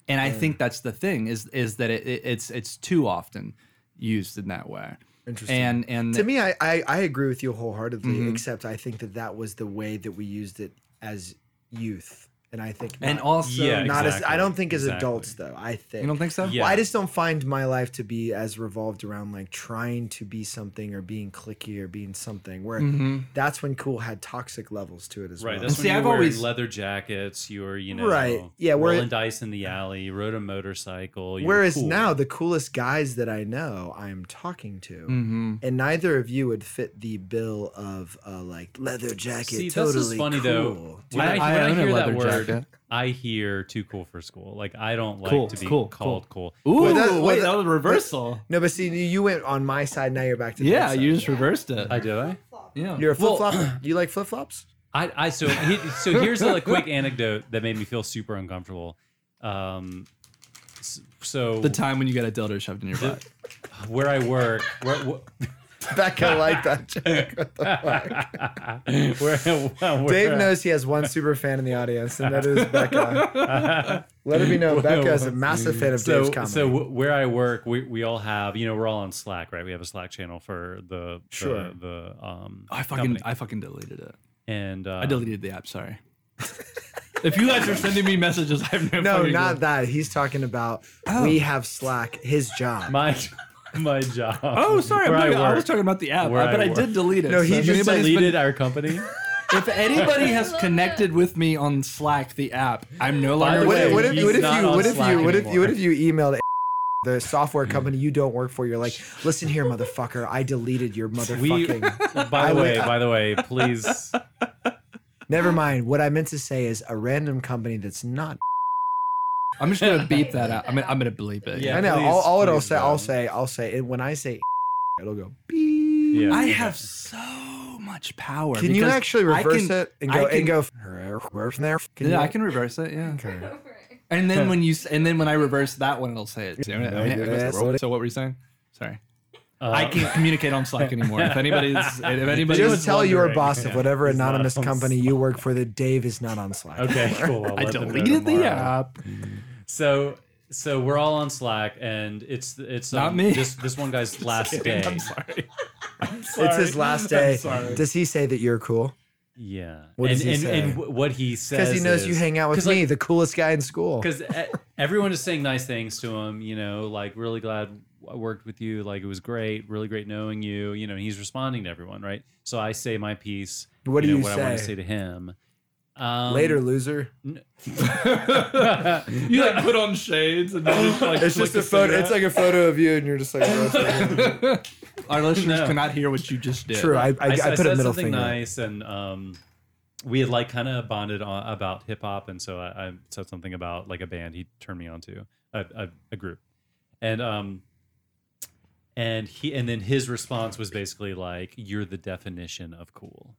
Speaker 5: And I think that's the thing is is that it, it, it's it's too often used in that way.
Speaker 3: Interesting.
Speaker 5: And Mm-hmm. and
Speaker 3: to me, I, I I agree with you wholeheartedly. Except I think that that was the way that we used it as youth, and I think
Speaker 5: and
Speaker 3: not-
Speaker 5: also
Speaker 4: Yeah,
Speaker 3: not as I
Speaker 4: exactly,
Speaker 3: don't think as
Speaker 4: exactly.
Speaker 3: adults though. I think
Speaker 5: you don't think so?
Speaker 4: Yeah.
Speaker 3: Well, I just don't find my life to be as revolved around like trying to be something or being clicky or being something. Where
Speaker 5: Mm. Mm-hmm.
Speaker 3: that's when cool had toxic levels to it as
Speaker 4: Right.
Speaker 3: well.
Speaker 4: That's
Speaker 5: See,
Speaker 4: when you
Speaker 5: I've
Speaker 4: were
Speaker 5: always-
Speaker 4: wearing leather jackets. You were, you know,
Speaker 3: Right, yeah, we're-
Speaker 4: rolling dice in the alley. You rode a motorcycle. you were
Speaker 3: Whereas
Speaker 4: cool.
Speaker 3: now, the coolest guys that I know, I'm talking to,
Speaker 5: Mm-hmm.
Speaker 3: and neither of you would fit the bill of uh, like leather jacket.
Speaker 4: See,
Speaker 3: totally
Speaker 4: this is funny
Speaker 3: cool.
Speaker 4: though. When
Speaker 5: I
Speaker 4: I, when I
Speaker 5: own a
Speaker 4: hear that
Speaker 5: leather
Speaker 4: word,
Speaker 5: jacket.
Speaker 4: I hear "too cool for school." Like I don't like
Speaker 5: Cool,
Speaker 4: to be
Speaker 5: cool,
Speaker 4: called cool.
Speaker 5: Ooh,
Speaker 3: Well, that-
Speaker 5: wait,
Speaker 3: well,
Speaker 5: that
Speaker 3: that-
Speaker 5: was a reversal.
Speaker 3: No, but see, you- you went on my side. Now you're back to the
Speaker 5: yeah,
Speaker 3: other
Speaker 5: you
Speaker 3: side.
Speaker 5: just reversed it.
Speaker 4: I do. I.
Speaker 5: yeah.
Speaker 3: You're a flip flop. you like flip flops?
Speaker 4: I, I so he, so here's a like, quick anecdote that made me feel super uncomfortable. Um, s- so
Speaker 5: the time when you got a dildo shoved in your butt.
Speaker 4: where I work, where, wh-
Speaker 3: Becca liked that joke.
Speaker 4: where, where
Speaker 3: Dave knows he has one super fan in the audience, and that is Becca. Let it be known, Becca is a massive fan of Dave's comedy.
Speaker 4: So w- where I work, we, we all have, you know, we're all on Slack, right? We have a Slack channel for the
Speaker 3: Sure.
Speaker 4: the, the um
Speaker 5: Oh, I fucking
Speaker 4: company.
Speaker 5: I fucking deleted it.
Speaker 4: and uh,
Speaker 5: I deleted the app. Sorry. if you guys are sending me messages, I have no.
Speaker 3: no,
Speaker 5: fucking
Speaker 3: not
Speaker 5: clue.
Speaker 3: that. He's talking about
Speaker 4: Oh.
Speaker 3: we have Slack, his job.
Speaker 4: my my job.
Speaker 5: Oh, sorry.
Speaker 4: where
Speaker 5: I'm not- I,
Speaker 4: work.
Speaker 5: was talking about the app,
Speaker 4: Where
Speaker 5: I- but I,
Speaker 4: I
Speaker 5: did
Speaker 4: work.
Speaker 5: delete it.
Speaker 3: No, he
Speaker 5: if
Speaker 3: just
Speaker 5: anybody's been-
Speaker 4: deleted our company.
Speaker 5: if anybody has connected with me on Slack, the app, I'm no
Speaker 4: By
Speaker 5: longer.
Speaker 4: the
Speaker 3: what,
Speaker 4: way,
Speaker 3: if, what if-
Speaker 4: he's
Speaker 3: what if
Speaker 4: not
Speaker 3: you
Speaker 4: on
Speaker 3: what if
Speaker 4: Slack
Speaker 3: you what if you
Speaker 4: anymore.
Speaker 3: what
Speaker 4: Hmm.
Speaker 3: if you emailed the software company you don't work for? You're like, listen here, motherfucker, I deleted your
Speaker 4: We
Speaker 3: motherfucking.
Speaker 4: by the way, by the way, please
Speaker 3: Never mind. What I meant to say is a random company that's not.
Speaker 5: I'm just gonna beep that out. I'm gonna, I'm gonna bleep it.
Speaker 4: Yeah.
Speaker 3: I know.
Speaker 4: please,
Speaker 3: all all it'll
Speaker 4: please
Speaker 3: say, I'll
Speaker 4: don't.
Speaker 3: say, I'll say, and when I say, it'll go.
Speaker 4: yeah.
Speaker 5: I have so much power.
Speaker 3: Can you
Speaker 5: because
Speaker 3: actually
Speaker 5: I
Speaker 3: reverse
Speaker 5: can-
Speaker 3: it and
Speaker 5: I
Speaker 3: go
Speaker 5: can-
Speaker 3: and go from there? Can
Speaker 5: Yeah,
Speaker 3: you-
Speaker 5: I can reverse it. Yeah.
Speaker 3: Okay.
Speaker 5: And then when you s- and then when I reverse that one, it'll say it. too. And it goes,
Speaker 3: that's
Speaker 5: "Roll
Speaker 3: what
Speaker 5: it."
Speaker 3: it-
Speaker 5: so what were you saying? Sorry,
Speaker 4: Uh,
Speaker 5: I can't communicate on Slack anymore. If anybody's, if anybody's,
Speaker 3: Just tell your
Speaker 4: wondering.
Speaker 3: boss of whatever
Speaker 4: He's not
Speaker 3: anonymous
Speaker 4: on
Speaker 3: company you work for that Dave is not on Slack.
Speaker 4: Okay, cool. I'll
Speaker 5: I
Speaker 4: let them know
Speaker 5: deleted the
Speaker 4: tomorrow.
Speaker 5: app.
Speaker 4: So so we're all on Slack, and it's it's
Speaker 5: Not
Speaker 4: um,
Speaker 5: me.
Speaker 4: This this one guy's last day.
Speaker 5: I'm sorry. I'm
Speaker 3: It's
Speaker 5: sorry.
Speaker 3: his last
Speaker 5: I'm
Speaker 3: day.
Speaker 5: sorry.
Speaker 3: Does he say that you're cool?
Speaker 4: Yeah.
Speaker 3: What
Speaker 4: and,
Speaker 3: does he
Speaker 4: and,
Speaker 3: say?
Speaker 4: and wh- what he says
Speaker 3: Because he knows you hang out with me, the coolest guy in school.
Speaker 4: Because e, everyone is saying nice things to him, you know, like really glad I worked with you, like it was great, really great knowing you, you know. And he's responding to everyone, right? So I say my piece.
Speaker 3: What do
Speaker 4: know,
Speaker 3: you
Speaker 4: what I want to
Speaker 3: say?
Speaker 4: say to him. Um,
Speaker 3: Later, loser.
Speaker 5: you like put on shades and then just like. flick cigarette.
Speaker 3: like a photo of you, and you're just like.
Speaker 5: our listeners
Speaker 4: No.
Speaker 5: cannot hear what you just did.
Speaker 3: True. I, I, I,
Speaker 4: I, s- I
Speaker 3: put a
Speaker 4: said
Speaker 3: middle
Speaker 4: something
Speaker 3: finger.
Speaker 4: nice, and um, we had like kind of bonded on, about hip hop, and so I, I said something about like a band he turned me on to, a, a, a group, and um, and he and then his response was basically like, "You're the definition of cool."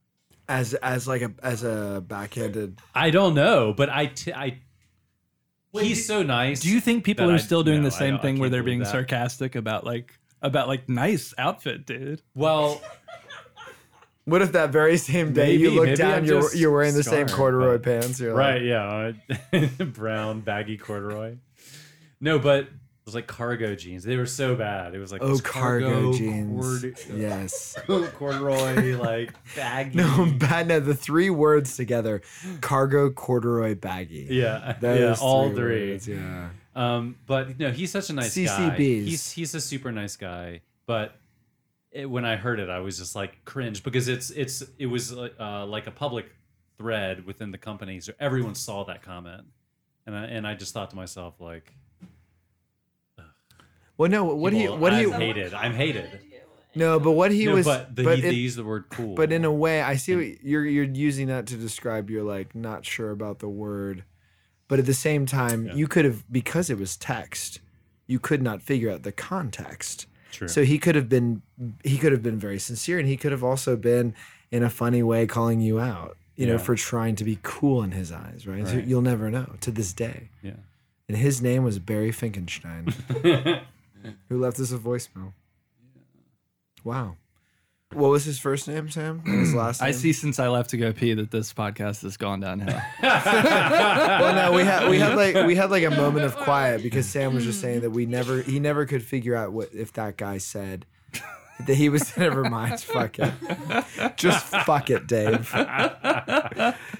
Speaker 3: as as like a as a backhanded.
Speaker 4: I don't know, but I t- I he's so nice.
Speaker 5: Do you think people
Speaker 4: that
Speaker 5: are
Speaker 4: I-
Speaker 5: still doing
Speaker 4: no,
Speaker 5: the
Speaker 4: I
Speaker 5: same
Speaker 4: don't- I
Speaker 5: thing where
Speaker 4: can't
Speaker 5: they're being
Speaker 4: believe that.
Speaker 5: sarcastic about like about like nice outfit, dude?
Speaker 4: well?
Speaker 3: What if that very same day you
Speaker 4: Maybe-
Speaker 3: look
Speaker 4: maybe
Speaker 3: down,
Speaker 4: I'm
Speaker 3: you're
Speaker 4: just
Speaker 3: you're wearing the same
Speaker 4: scarred,
Speaker 3: corduroy
Speaker 4: but-
Speaker 3: pants? You're like,
Speaker 4: Right, yeah. uh, Brown, baggy corduroy. No, but it was like cargo jeans. They were so bad. It was like
Speaker 3: Oh,
Speaker 4: this
Speaker 3: cargo, jeans.
Speaker 4: cord-
Speaker 3: yes.
Speaker 4: corduroy, like baggy.
Speaker 3: No, bad. No, the three words together: cargo, corduroy, baggy.
Speaker 4: Yeah, yeah,
Speaker 3: Those
Speaker 4: all
Speaker 3: three
Speaker 4: three.
Speaker 3: words, yeah.
Speaker 4: Um, but no, he's such a nice guy.
Speaker 3: CCBs.
Speaker 4: He's he's a super nice guy. But it, when I heard it, I was just like cringe because it's it's it was uh, like a public thread within the company, so everyone saw that comment, and I and I just thought to myself like,
Speaker 3: Well, no. What do you?
Speaker 4: people,
Speaker 3: What do
Speaker 4: I'm
Speaker 3: you?
Speaker 4: hated. I'm hated.
Speaker 3: No, but what he
Speaker 4: no,
Speaker 3: was.
Speaker 4: but, the, he,
Speaker 3: it-
Speaker 4: they use the word cool.
Speaker 3: but in a way, I see what you're you're using that to describe. You're like not sure about the word, but at the same time, you could have because it was text, you could not figure out the context.
Speaker 4: True.
Speaker 3: So he could have been he could have been very sincere, and he could have also been in a funny way calling you out, you know,
Speaker 4: Yeah.
Speaker 3: for trying to be cool in his eyes, right? So
Speaker 4: Right.
Speaker 3: you'll never know to this day.
Speaker 4: yeah.
Speaker 3: And his name was Barry Finkenstein, who left us a voicemail. Wow. What was his first name, Sam? And his last name?
Speaker 5: I see since I left to go pee that this podcast has gone downhill.
Speaker 3: Well, no, we had we had like we had like a moment of quiet because Sam was just saying that we never he never could figure out what if that guy said that he was never mind. Fuck it, just fuck it, Dave.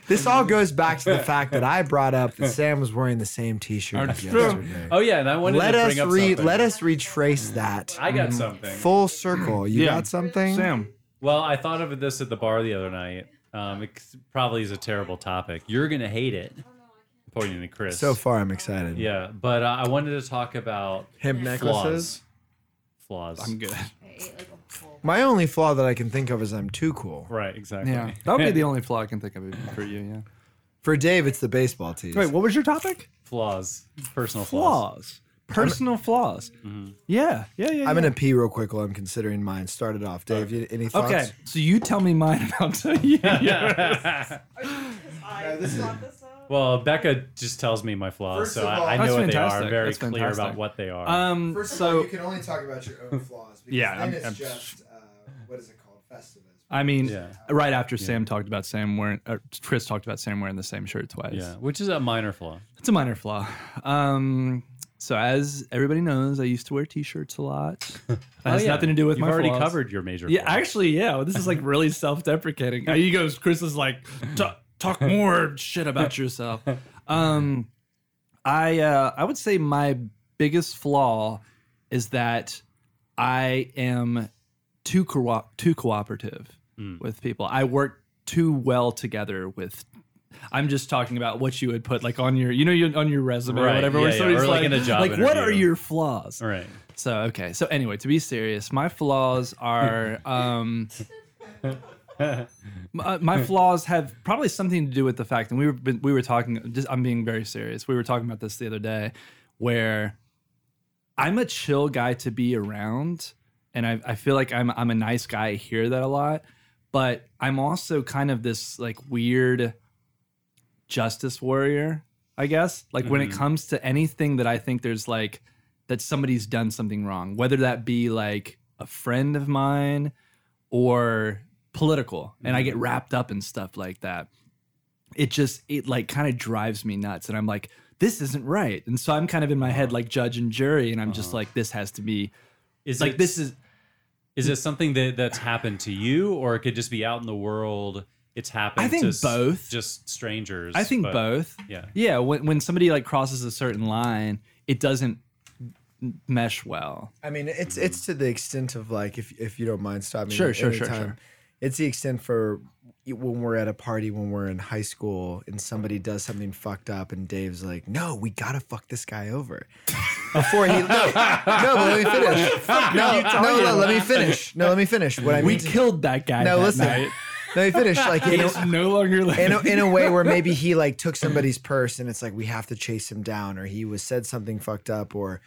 Speaker 3: This all goes back to the fact that I brought up that Sam was wearing the same T-shirt as yesterday.
Speaker 4: Oh yeah, and I wanted
Speaker 3: Let
Speaker 4: to
Speaker 3: us
Speaker 4: bring up
Speaker 3: re-
Speaker 4: something.
Speaker 3: let us retrace that
Speaker 4: I got something.
Speaker 3: full circle. You
Speaker 5: Yeah.
Speaker 3: got something,
Speaker 5: Sam,
Speaker 4: Well, I thought of this at the bar the other night. Um, it probably is a terrible topic. You're gonna hate it. Pointing to Chris.
Speaker 3: So far, I'm excited.
Speaker 4: yeah, but uh, I wanted to talk about
Speaker 3: Hemp necklaces.
Speaker 4: Flaws. Flaws.
Speaker 5: I'm good.
Speaker 3: My only flaw that I can think of is I'm too cool.
Speaker 4: Right. Exactly.
Speaker 5: Yeah, that would be the only flaw I can think of for you. Yeah.
Speaker 3: For Dave, it's the baseball tees.
Speaker 5: Wait, what was your topic?
Speaker 4: flaws. Personal flaws. Mm-hmm.
Speaker 5: Flaws. Personal flaws. Yeah, yeah, yeah.
Speaker 3: I'm
Speaker 5: yeah.
Speaker 3: gonna pee real quick while I'm considering mine. Started off, Dave. You, any thoughts?
Speaker 5: Okay, so you tell me mine, and I'll tell you.
Speaker 3: Uh, Mm-hmm.
Speaker 4: Well, Becca just tells me my flaws,
Speaker 3: First
Speaker 4: so
Speaker 3: of all-
Speaker 4: I, I
Speaker 5: That's
Speaker 4: know what they are.
Speaker 5: fantastic.
Speaker 4: I'm very
Speaker 5: That's
Speaker 4: clear
Speaker 5: fantastic.
Speaker 4: about what they are.
Speaker 5: Um, so
Speaker 3: can only talk about your own flaws. Because
Speaker 5: Yeah, then I'm- it's I'm- just,
Speaker 3: uh, what is it called? Festivus.
Speaker 5: I mean,
Speaker 4: Yeah.
Speaker 5: right after Sam talked about Sam wearing, or Chris talked about Sam wearing the same shirt twice.
Speaker 4: yeah, which is a minor flaw.
Speaker 5: It's a minor flaw. Um, so as everybody knows, I used to wear T-shirts a lot. That has nothing to do with
Speaker 4: You've
Speaker 5: my
Speaker 4: already
Speaker 5: flaws.
Speaker 4: covered your major.
Speaker 5: Yeah,
Speaker 4: flaws.
Speaker 5: actually, yeah. This is like really self-deprecating. Uh, He goes, Chris is like, "Ta- talk more shit about yourself. Um, I uh, I would say my biggest flaw is that I am too co- too cooperative
Speaker 4: Hmm.
Speaker 5: with people. I work too well together with. I'm just talking about what you would put like on your, you know, your, on your resume
Speaker 4: Right,
Speaker 5: or whatever.
Speaker 4: yeah,
Speaker 5: where
Speaker 4: yeah,
Speaker 5: somebody's
Speaker 4: or, like, in a job
Speaker 5: like what are
Speaker 4: interview.
Speaker 5: your flaws?
Speaker 4: All right.
Speaker 5: So okay. So anyway, to be serious, my flaws are um my, uh, my flaws have probably something to do with the fact and we were been, we were talking just I'm being very serious. We were talking about this the other day where I'm a chill guy to be around and I I feel like I'm I'm a nice guy. I hear that a lot, but I'm also kind of this like weird justice warrior, I guess. Like when it comes to anything that I think there's like that somebody's done something wrong, whether that be like a friend of mine or political, and I get
Speaker 3: Mm-hmm.
Speaker 5: wrapped up in stuff like that. It just it like kind of drives me nuts, and I'm like, this isn't right. And so I'm kind of in my
Speaker 3: Uh-huh.
Speaker 5: head like judge and jury, and I'm just like, this has to be
Speaker 4: Is
Speaker 5: like
Speaker 4: it-
Speaker 5: this is
Speaker 4: Is it something that that's happened to you, or it could just be out in the world? It's happened.
Speaker 5: I think
Speaker 4: to s-
Speaker 5: both.
Speaker 4: Just strangers.
Speaker 5: I think
Speaker 4: but-
Speaker 5: both.
Speaker 4: Yeah.
Speaker 5: Yeah, when when somebody like crosses a certain line, it doesn't m- mesh well.
Speaker 3: I mean, it's it's to the extent of like if if you don't mind stopping.
Speaker 5: Sure,
Speaker 3: at
Speaker 5: sure,
Speaker 3: any
Speaker 5: sure,
Speaker 3: time.
Speaker 5: sure.
Speaker 3: It's the extent for when we're at a party when we're in high school and somebody does something fucked up and Dave's like, "No, we gotta fuck this guy over." Before he no, no, but let me finish. No, no, no, let me finish. No, let me finish. What I mean
Speaker 5: We
Speaker 3: to-
Speaker 5: killed that guy.
Speaker 3: No,
Speaker 5: that
Speaker 3: listen.
Speaker 5: night.
Speaker 3: Let me finish. Like in
Speaker 5: It's
Speaker 3: a,
Speaker 5: no longer like
Speaker 3: in a, in a way where maybe he like took somebody's purse and it's like we have to chase him down or he was said something fucked up or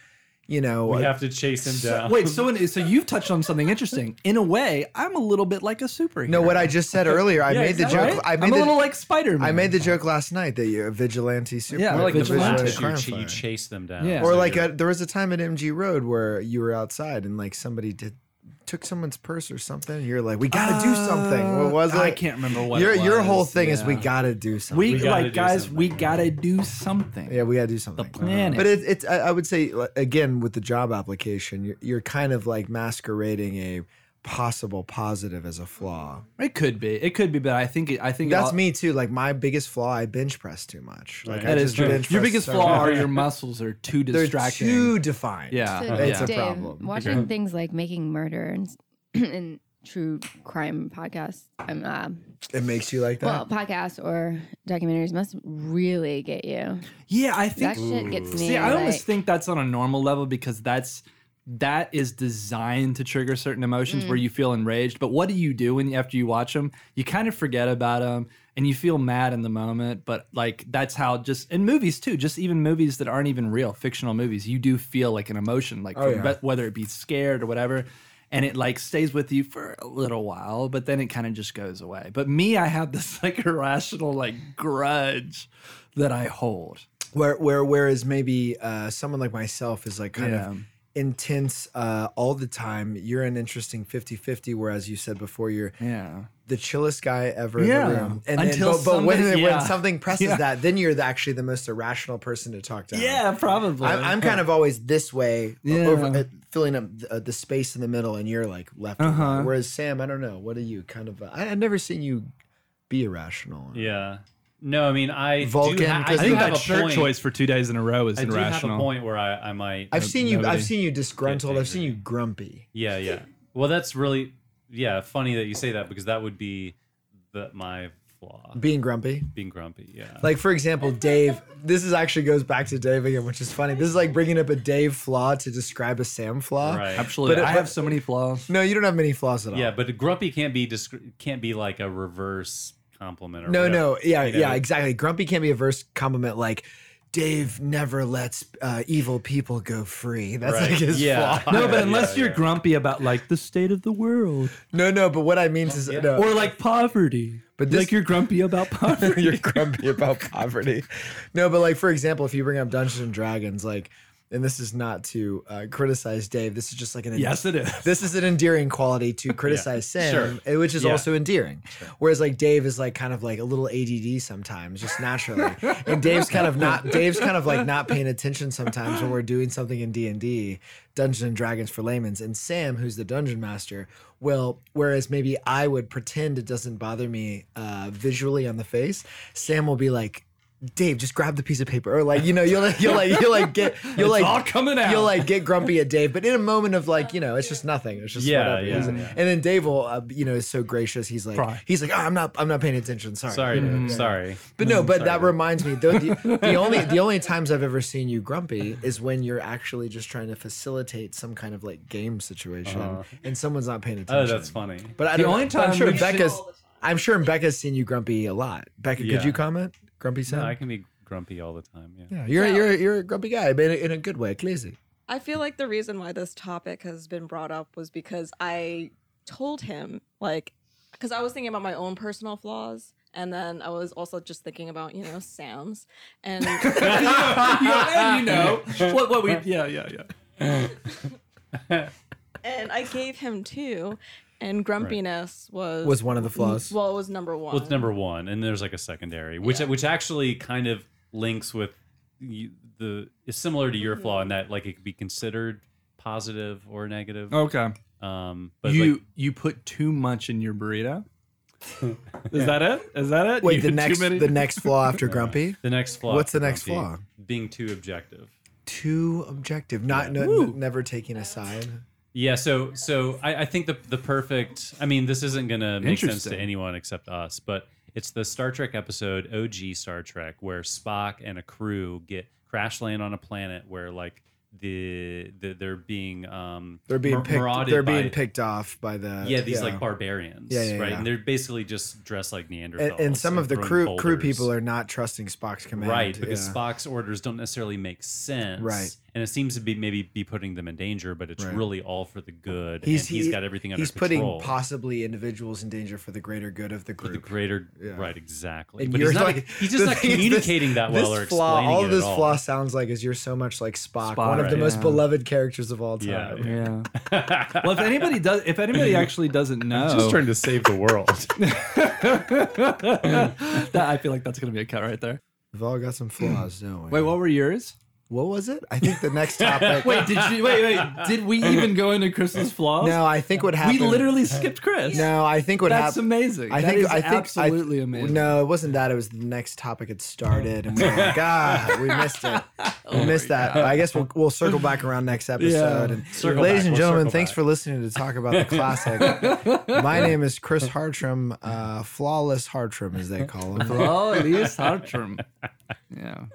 Speaker 3: you know uh,
Speaker 4: We have to chase him down.
Speaker 5: Wait, so in, so you've touched on something interesting. In a way, I'm a little bit like a superhero.
Speaker 3: no what I just said earlier. I made the joke. I
Speaker 5: I
Speaker 3: made
Speaker 5: am
Speaker 3: the,
Speaker 5: a little like Spider-Man.
Speaker 3: I made the joke last night that you're a vigilante super.
Speaker 5: Yeah, like
Speaker 3: a
Speaker 5: vigilante.
Speaker 4: You,
Speaker 3: crime
Speaker 4: ch- you
Speaker 3: fighter.
Speaker 4: chase them down.
Speaker 5: Yeah.
Speaker 3: Or
Speaker 4: So
Speaker 3: like
Speaker 4: you're-
Speaker 3: a, there was a time at MG Road where you were outside and like somebody did took someone's purse or something. and You're like, we got to do something. What was it?
Speaker 5: Uh, I can't remember what
Speaker 3: Your
Speaker 5: it
Speaker 3: your whole
Speaker 5: was.
Speaker 3: thing is we
Speaker 5: Yeah.
Speaker 3: got to do something.
Speaker 5: We,
Speaker 4: We gotta do
Speaker 5: like guys, we
Speaker 4: something.
Speaker 5: gotta do something.
Speaker 3: yeah, we got to do
Speaker 5: The
Speaker 3: something. Uh-huh.
Speaker 5: planet.
Speaker 3: But it, it's I I would say like, again with the job application, you're, you're kind of like masquerading a possible positive as a flaw.
Speaker 5: it could be. It could be. But I think. It, I think
Speaker 3: That's
Speaker 5: I'll-
Speaker 3: me too. Like my biggest flaw, I bench press too much. Like
Speaker 5: That
Speaker 3: I
Speaker 5: is
Speaker 3: just
Speaker 5: true.
Speaker 3: bench
Speaker 5: Your
Speaker 3: press
Speaker 5: biggest
Speaker 3: so
Speaker 5: flaw
Speaker 3: much.
Speaker 5: are your muscles are too
Speaker 3: They're
Speaker 5: distracting.
Speaker 3: too defined.
Speaker 5: yeah.
Speaker 6: So,
Speaker 3: It's a
Speaker 5: yeah.
Speaker 6: Dave,
Speaker 3: problem.
Speaker 6: Watching things like Making Murder and, s- and true crime podcasts, um, uh,
Speaker 3: It makes you like that.
Speaker 6: well, podcasts or documentaries must really get you.
Speaker 5: yeah, I think
Speaker 6: That shit gets me.
Speaker 5: See, I almost
Speaker 6: like-
Speaker 5: think that's on a normal level because that's that is designed to trigger certain emotions
Speaker 6: Mm.
Speaker 5: where you feel enraged. But what do you do when after you watch them? You kind of forget about them and you feel mad in the moment. But like that's how just in movies too, just even movies that aren't even real, fictional movies, you do feel like an emotion, like
Speaker 3: Oh,
Speaker 5: from-
Speaker 3: yeah.
Speaker 5: whether it be scared or whatever. And it like stays with you for a little while, but then it kind of just goes away. But me, I have this like irrational like grudge that I hold.
Speaker 3: where where whereas maybe uh, someone like myself is like kind
Speaker 5: Yeah.
Speaker 3: of intense uh, all the time, you're an interesting 50 50. Whereas you said before, you're
Speaker 5: Yeah.
Speaker 3: the chillest guy ever in the
Speaker 5: Yeah.
Speaker 3: room. And
Speaker 5: Until
Speaker 3: then, but, but when,
Speaker 5: somebody-
Speaker 3: when
Speaker 5: yeah.
Speaker 3: something presses
Speaker 5: Yeah.
Speaker 3: that, then you're the, actually the most irrational person to talk to.
Speaker 5: Yeah, probably.
Speaker 3: I'm, I'm kind of always this way, o-
Speaker 5: Yeah.
Speaker 3: over, uh, filling up the, uh, the space in the middle, and you're like left. and
Speaker 5: Uh-huh.
Speaker 3: right. Whereas Sam, I don't know. What are you kind of? Uh, I, I've never seen you be irrational.
Speaker 4: Yeah. No, I mean I do
Speaker 3: Vulcan,
Speaker 4: ha- I
Speaker 3: because
Speaker 5: I
Speaker 4: do
Speaker 5: think
Speaker 4: have
Speaker 5: that
Speaker 4: a
Speaker 5: shirt
Speaker 4: point.
Speaker 5: choice for two days in a row is
Speaker 4: I do have a
Speaker 5: irrational.
Speaker 4: point where I, I might.
Speaker 3: I've seen you.
Speaker 5: nobody-
Speaker 3: I've seen you disgruntled. I've seen you grumpy.
Speaker 4: yeah, yeah. Well, that's really yeah. Funny that you say that because that would be the, my flaw,
Speaker 3: Being grumpy.
Speaker 4: being grumpy. Yeah.
Speaker 3: Like for example, Dave. This is actually goes back to Dave again, which is funny. This is like bringing up a Dave flaw to describe a Sam flaw.
Speaker 4: right.
Speaker 5: Absolutely.
Speaker 3: But-
Speaker 5: I have so many flaws.
Speaker 3: No, you don't have many flaws at all.
Speaker 4: Yeah, but grumpy can't be discre- can't be like a reverse compliment. Or
Speaker 3: No,
Speaker 4: whatever.
Speaker 3: no, yeah,
Speaker 4: You know?
Speaker 3: yeah, exactly. Grumpy can't be a verse compliment like Dave never lets uh, evil people go free. That's
Speaker 4: Right.
Speaker 3: like his
Speaker 4: Yeah.
Speaker 3: flaw.
Speaker 5: No,
Speaker 4: Yeah,
Speaker 5: but unless
Speaker 4: yeah,
Speaker 5: you're
Speaker 4: yeah.
Speaker 5: grumpy about like the state of the world
Speaker 3: No, no, but what I mean is,
Speaker 4: Yeah.
Speaker 3: no,
Speaker 5: or like poverty,
Speaker 3: Uh, But this-
Speaker 5: like you're grumpy about poverty.
Speaker 3: you're grumpy about poverty. No, but like for example, if you bring up Dungeons and Dragons, like, and this is not to uh, criticize Dave. This is just like an
Speaker 5: yes, it is.
Speaker 3: this is an endearing quality to criticize Sam, eh, which is
Speaker 4: Yeah.
Speaker 3: also endearing. Whereas like Dave is like kind of like a little ADD sometimes, just naturally. and Dave's kind of not Dave's kind of like not paying attention sometimes when we're doing something in D and D, Dungeons and Dragons for layman's. And Sam, who's the dungeon master, will whereas maybe I would pretend it doesn't bother me uh, visually on the face, Sam will be like. Dave, just grab the piece of paper, or like you know, you'll you'll like you'll like get you'll like
Speaker 5: all coming out.
Speaker 3: You'll like get grumpy at Dave, but in a moment of like you know, it's just nothing. It's just
Speaker 4: Yeah,
Speaker 3: whatever.
Speaker 4: yeah,
Speaker 3: He's-
Speaker 4: yeah.
Speaker 3: And then Dave will, uh, you know, is so gracious. He's like,
Speaker 5: Cry.
Speaker 3: he's like, oh, I'm not, I'm not paying attention. Sorry.
Speaker 4: Sorry, dude. sorry.
Speaker 3: But no, but that reminds me. The, the, the only the only times I've ever seen you grumpy is when you're actually just trying to facilitate some kind of like game situation and someon's not paying attention.
Speaker 4: Uh-huh. Oh, that's funny.
Speaker 3: But I
Speaker 5: The
Speaker 3: don't,
Speaker 5: only
Speaker 3: but I'm
Speaker 5: time
Speaker 3: sure
Speaker 5: we've seen-
Speaker 3: Becca's, I'm sure Becca's seen you grumpy a lot. Becca,
Speaker 4: Yeah.
Speaker 3: could you comment? Grumpy Sam.
Speaker 4: No, I can be grumpy all the time. Yeah.
Speaker 3: yeah, you're you're you're a grumpy guy, but in a, in a good way, crazy.
Speaker 7: I feel like the reason why this topic has been brought up was because I told him, like, because I was thinking about my own personal flaws. And then I was also just thinking about, you know, Sam's. And
Speaker 5: yeah, you know what? What we? Yeah, yeah, yeah.
Speaker 7: and I gave him two. And grumpiness was
Speaker 3: Was one of the flaws.
Speaker 7: Mm, Well, it was number one.
Speaker 4: Well, it's number one, and there's like a secondary, which which actually kind of links with you, the is similar to your
Speaker 3: Mm-hmm.
Speaker 4: flaw in that like it could be considered positive or negative.
Speaker 5: Okay.
Speaker 4: Um, but
Speaker 5: you
Speaker 4: like,
Speaker 5: you put too much in your burrito. Is that it? Is that it?
Speaker 3: Wait,
Speaker 5: You
Speaker 3: the
Speaker 5: put too
Speaker 3: next
Speaker 5: many-
Speaker 3: the next flaw after grumpy?
Speaker 4: the next flaw.
Speaker 3: What's the
Speaker 4: for
Speaker 3: next
Speaker 4: grumpy,
Speaker 3: flaw?
Speaker 4: Being too objective.
Speaker 3: Too objective, not no, n- never taking a side.
Speaker 4: Yeah, so so I, I think the the perfect. I mean, this isn't gonna make sense to
Speaker 5: Interesting.
Speaker 4: anyone except us, but it's the Star Trek episode OG Star Trek where Spock and a crew get crash land on a planet where like the, the they're being um
Speaker 3: They're being
Speaker 4: mar-
Speaker 3: picked.
Speaker 4: marauded
Speaker 3: They're being
Speaker 4: by-
Speaker 3: picked off by the
Speaker 4: Yeah, these like barbarians,
Speaker 3: Yeah, yeah,
Speaker 4: right?
Speaker 3: yeah.
Speaker 4: And they're basically just dressed like Neanderthals.
Speaker 3: and, and some of the
Speaker 4: throwing
Speaker 3: crew crew
Speaker 4: boulders.
Speaker 3: people are not trusting Spock's command.
Speaker 4: right because
Speaker 3: yeah.
Speaker 4: Spock's orders don't necessarily make sense,
Speaker 3: Right.
Speaker 4: And it seems to be maybe be putting them in danger, but it's
Speaker 3: Right.
Speaker 4: really all for the good. and
Speaker 3: he-
Speaker 4: he's got everything under
Speaker 3: He's
Speaker 4: control.
Speaker 3: putting possibly individuals in danger for the greater good of the
Speaker 4: for the
Speaker 3: group.
Speaker 4: greater
Speaker 3: Yeah.
Speaker 4: right exactly
Speaker 3: And
Speaker 4: but
Speaker 3: you're
Speaker 4: he's not
Speaker 3: like-
Speaker 4: he's just
Speaker 3: the
Speaker 4: not
Speaker 3: thing is this-
Speaker 4: communicating that well
Speaker 3: this
Speaker 4: or
Speaker 3: flaw,
Speaker 4: explaining
Speaker 3: all
Speaker 4: it
Speaker 3: this
Speaker 4: at all.
Speaker 3: flaw sounds like is you're so much like Spock,
Speaker 5: Spock,
Speaker 3: one of the
Speaker 5: right,
Speaker 3: most
Speaker 5: yeah.
Speaker 3: beloved characters of all time.
Speaker 4: Yeah.
Speaker 5: Yeah. well, if anybody does, if anybody actually doesn't know,
Speaker 4: to save the world
Speaker 5: that, I feel like that's gonna be a cut right there.
Speaker 3: We've all got some flaws, don't we?
Speaker 5: Wait, what were yours?
Speaker 3: what was it? I think the next topic.
Speaker 5: Wait, did you? Wait, wait. Did we even go into Chris's flaws?
Speaker 3: no, I think what
Speaker 5: we
Speaker 3: happened.
Speaker 5: literally skipped Chris.
Speaker 3: No, I think what
Speaker 5: that's
Speaker 3: happened.
Speaker 5: amazing.
Speaker 3: I
Speaker 5: That
Speaker 3: think
Speaker 5: is
Speaker 3: I think
Speaker 5: absolutely
Speaker 3: I,
Speaker 5: amazing.
Speaker 3: No, it wasn't that. It was the next topic had started, and we were like, ah, we missed it.
Speaker 5: Oh
Speaker 3: We missed that. I guess we'll we'll circle back around next episode. And
Speaker 4: Circle back.
Speaker 3: ladies and
Speaker 4: We'll
Speaker 3: gentlemen,
Speaker 4: circle
Speaker 3: thanks
Speaker 4: back.
Speaker 3: for listening to talk about the classic. My name is Chris Hartram, uh, flawless Hartram, as they call him.
Speaker 5: Oh, Elias Hartram. Yeah.
Speaker 3: Oh,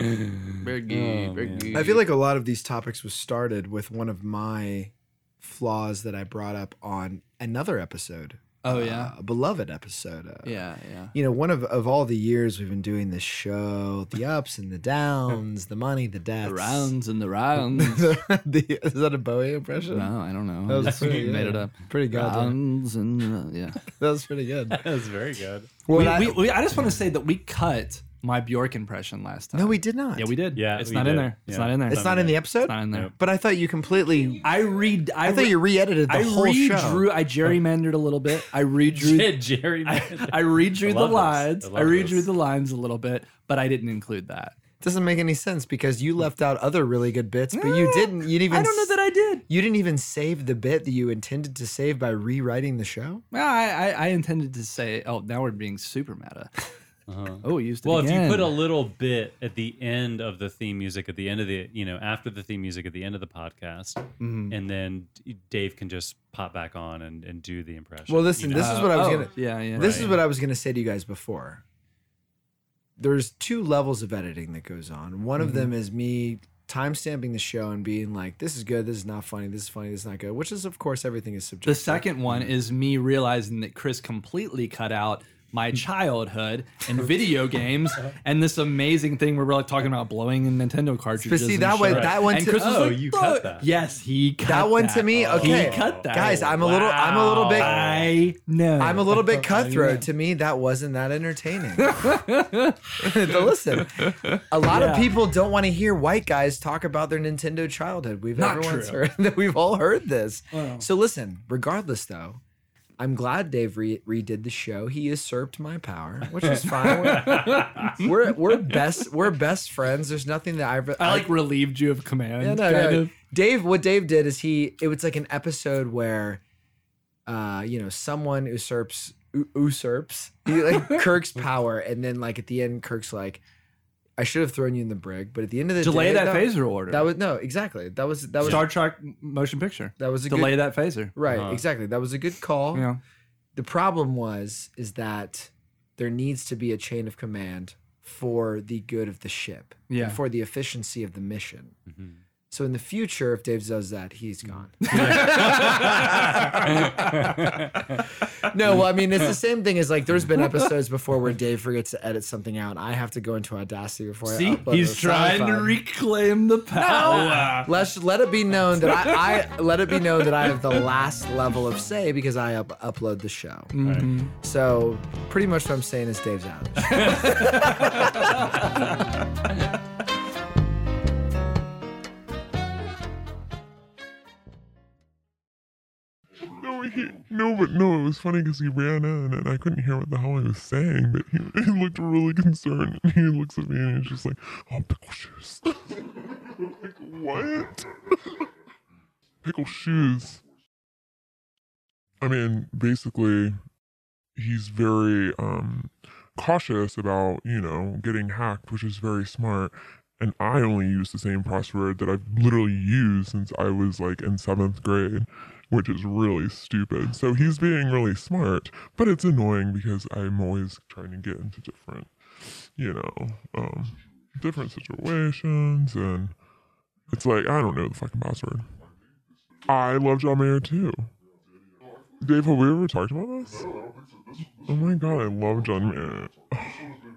Speaker 5: Very good. Very good.
Speaker 3: I feel like a lot of these topics was started with one of my flaws that I brought up on another episode.
Speaker 5: Oh, yeah?
Speaker 3: uh, a beloved episode. uh,
Speaker 5: Yeah, yeah.
Speaker 3: you know, one of, of all the years we've been doing this show, the ups and the downs, the money, the deaths.
Speaker 5: The rounds and the rounds.
Speaker 3: the, is that a Bowie impression?
Speaker 5: No, I don't know.
Speaker 3: That was
Speaker 5: Just
Speaker 3: pretty
Speaker 5: made
Speaker 3: good.
Speaker 5: it up.
Speaker 3: Pretty good, yeah.
Speaker 5: Rounds and uh, yeah.
Speaker 3: That was pretty good.
Speaker 4: that's very good
Speaker 3: What
Speaker 5: we,
Speaker 3: I-
Speaker 5: we, we, I just want to say that we cut my Bjork impression last time.
Speaker 3: No, we did not.
Speaker 5: yeah we did.
Speaker 4: Yeah,
Speaker 5: it's
Speaker 4: we
Speaker 5: not in
Speaker 4: did.
Speaker 5: there. It's
Speaker 4: Yeah.
Speaker 5: not in there.
Speaker 3: It's not in the episode.
Speaker 5: It's not in there.
Speaker 3: But I thought you completely.
Speaker 5: I read. I,
Speaker 3: I thought
Speaker 5: re-
Speaker 3: you re-edited the
Speaker 5: I
Speaker 3: whole
Speaker 5: redrew.
Speaker 3: show.
Speaker 5: I gerrymandered a little bit. I redrew.
Speaker 4: Shit, Jerry.
Speaker 5: I,
Speaker 4: man.
Speaker 5: I redrew
Speaker 4: I
Speaker 5: the
Speaker 4: love this.
Speaker 5: lines.
Speaker 4: I
Speaker 5: I,
Speaker 4: love
Speaker 5: redrew
Speaker 4: this.
Speaker 5: the lines a little bit, but I didn't include that.
Speaker 3: Doesn't make any sense because you left out other really good bits, but you didn't. You didn't even.
Speaker 5: Ah, I don't know that I did.
Speaker 3: You didn't even save the bit that you intended to save by rewriting the show.
Speaker 5: Well, I, I, I intended to say, oh, now we're being super meta. Oh, used it
Speaker 4: Uh-huh. Well, if
Speaker 5: again.
Speaker 4: you put a little bit at the end of the theme music, at the end of the, you know, after the theme music, at the end of the podcast,
Speaker 5: Mm-hmm.
Speaker 4: and then D- Dave can just pop back on and, and do the impression.
Speaker 3: Well, listen.
Speaker 4: you know?
Speaker 3: This is what I was
Speaker 5: oh,
Speaker 3: gonna.
Speaker 5: Yeah, yeah.
Speaker 3: This is
Speaker 4: Right.
Speaker 3: what I was going to say to you guys before. There's two levels of editing that goes on. One
Speaker 5: Mm-hmm.
Speaker 3: of them is me timestamping the show and being like, this is good, this is not funny, this is funny, this is not good, which is, of course, everything is subjective.
Speaker 5: The second one is me realizing that Chris completely cut out my childhood and video games
Speaker 3: Uh-huh.
Speaker 5: and this amazing thing where we're like talking about blowing in Nintendo cartridges.
Speaker 3: But see,
Speaker 5: and
Speaker 3: that way-
Speaker 5: shit.
Speaker 3: that one
Speaker 5: And
Speaker 3: to-
Speaker 5: Chris was
Speaker 4: oh,
Speaker 5: like,
Speaker 4: you
Speaker 5: "Bro,
Speaker 4: cut that.
Speaker 5: Yes, he cut
Speaker 3: That one to me,
Speaker 5: He
Speaker 3: okay.
Speaker 5: cut that.
Speaker 3: Guys, I'm a little- I'm a little bit-
Speaker 5: I know.
Speaker 3: I'm a little bit cutthroat. To me, that wasn't that entertaining. but listen, a lot of
Speaker 5: Yeah.
Speaker 3: people don't want to hear white guys talk about their Nintendo childhood. We've
Speaker 5: Not
Speaker 3: everyone's
Speaker 5: true.
Speaker 3: heard that we've all heard this.
Speaker 5: Wow.
Speaker 3: So listen, regardless though, I'm glad Dave re- redid the show. He usurped my power, which is fine. We're, we're we're best we're best friends. There's nothing that I've
Speaker 5: I like relieved you of command.
Speaker 3: yeah, no,
Speaker 5: kind
Speaker 3: no.
Speaker 5: of.
Speaker 3: Dave, what Dave did is he it was like an episode where uh, you know, someone usurps u- usurps he, like Kirk's power, and then like at the end, Kirk's like, I should have thrown you in the brig, but at the end of the
Speaker 5: Delay
Speaker 3: day,
Speaker 5: that phaser order.
Speaker 3: That was no, exactly. That was that was
Speaker 5: Star Trek motion picture.
Speaker 3: that was a
Speaker 5: Delay
Speaker 3: good,
Speaker 5: that phaser.
Speaker 3: right,
Speaker 4: Uh-huh.
Speaker 3: exactly. That was a good call.
Speaker 5: You know.
Speaker 3: The problem was is that there needs to be a chain of command for the good of the ship. and
Speaker 5: Yeah.
Speaker 3: for the efficiency of the mission.
Speaker 4: Mhm.
Speaker 3: So in the future, if Dave does that, he's gone.
Speaker 4: Mm-hmm.
Speaker 3: no, well, I mean, it's the same thing as like there's been episodes before where Dave forgets to edit something out. and I have to go into Audacity before I
Speaker 5: See,
Speaker 3: upload it
Speaker 5: he's
Speaker 3: to
Speaker 5: trying to
Speaker 3: SoundCloud.
Speaker 5: reclaim the power.
Speaker 3: Let's let it be known that I, I let it be known that I have the last level of say because I up- upload the show.
Speaker 5: Mm-hmm.
Speaker 3: So pretty much what I'm saying is Dave's out. of the show.
Speaker 8: No, he, no, but no, it was funny because he ran in and I couldn't hear what the hell he was saying, but he, he looked really concerned. And he looks at me and he's just like, oh, pickle shoes. I'm like, what? pickle shoes. I mean, basically, he's very um, cautious about, you know, getting hacked, which is very smart. And I only use the same password that I've literally used since I was like in seventh grade which is really stupid. So he's being really smart, but it's annoying because I'm always trying to get into different, you know, um, different situations, and it's like I don't know the fucking password. I love John Mayer too. Dave, have we ever talked about this? Oh my god, I love John Mayer.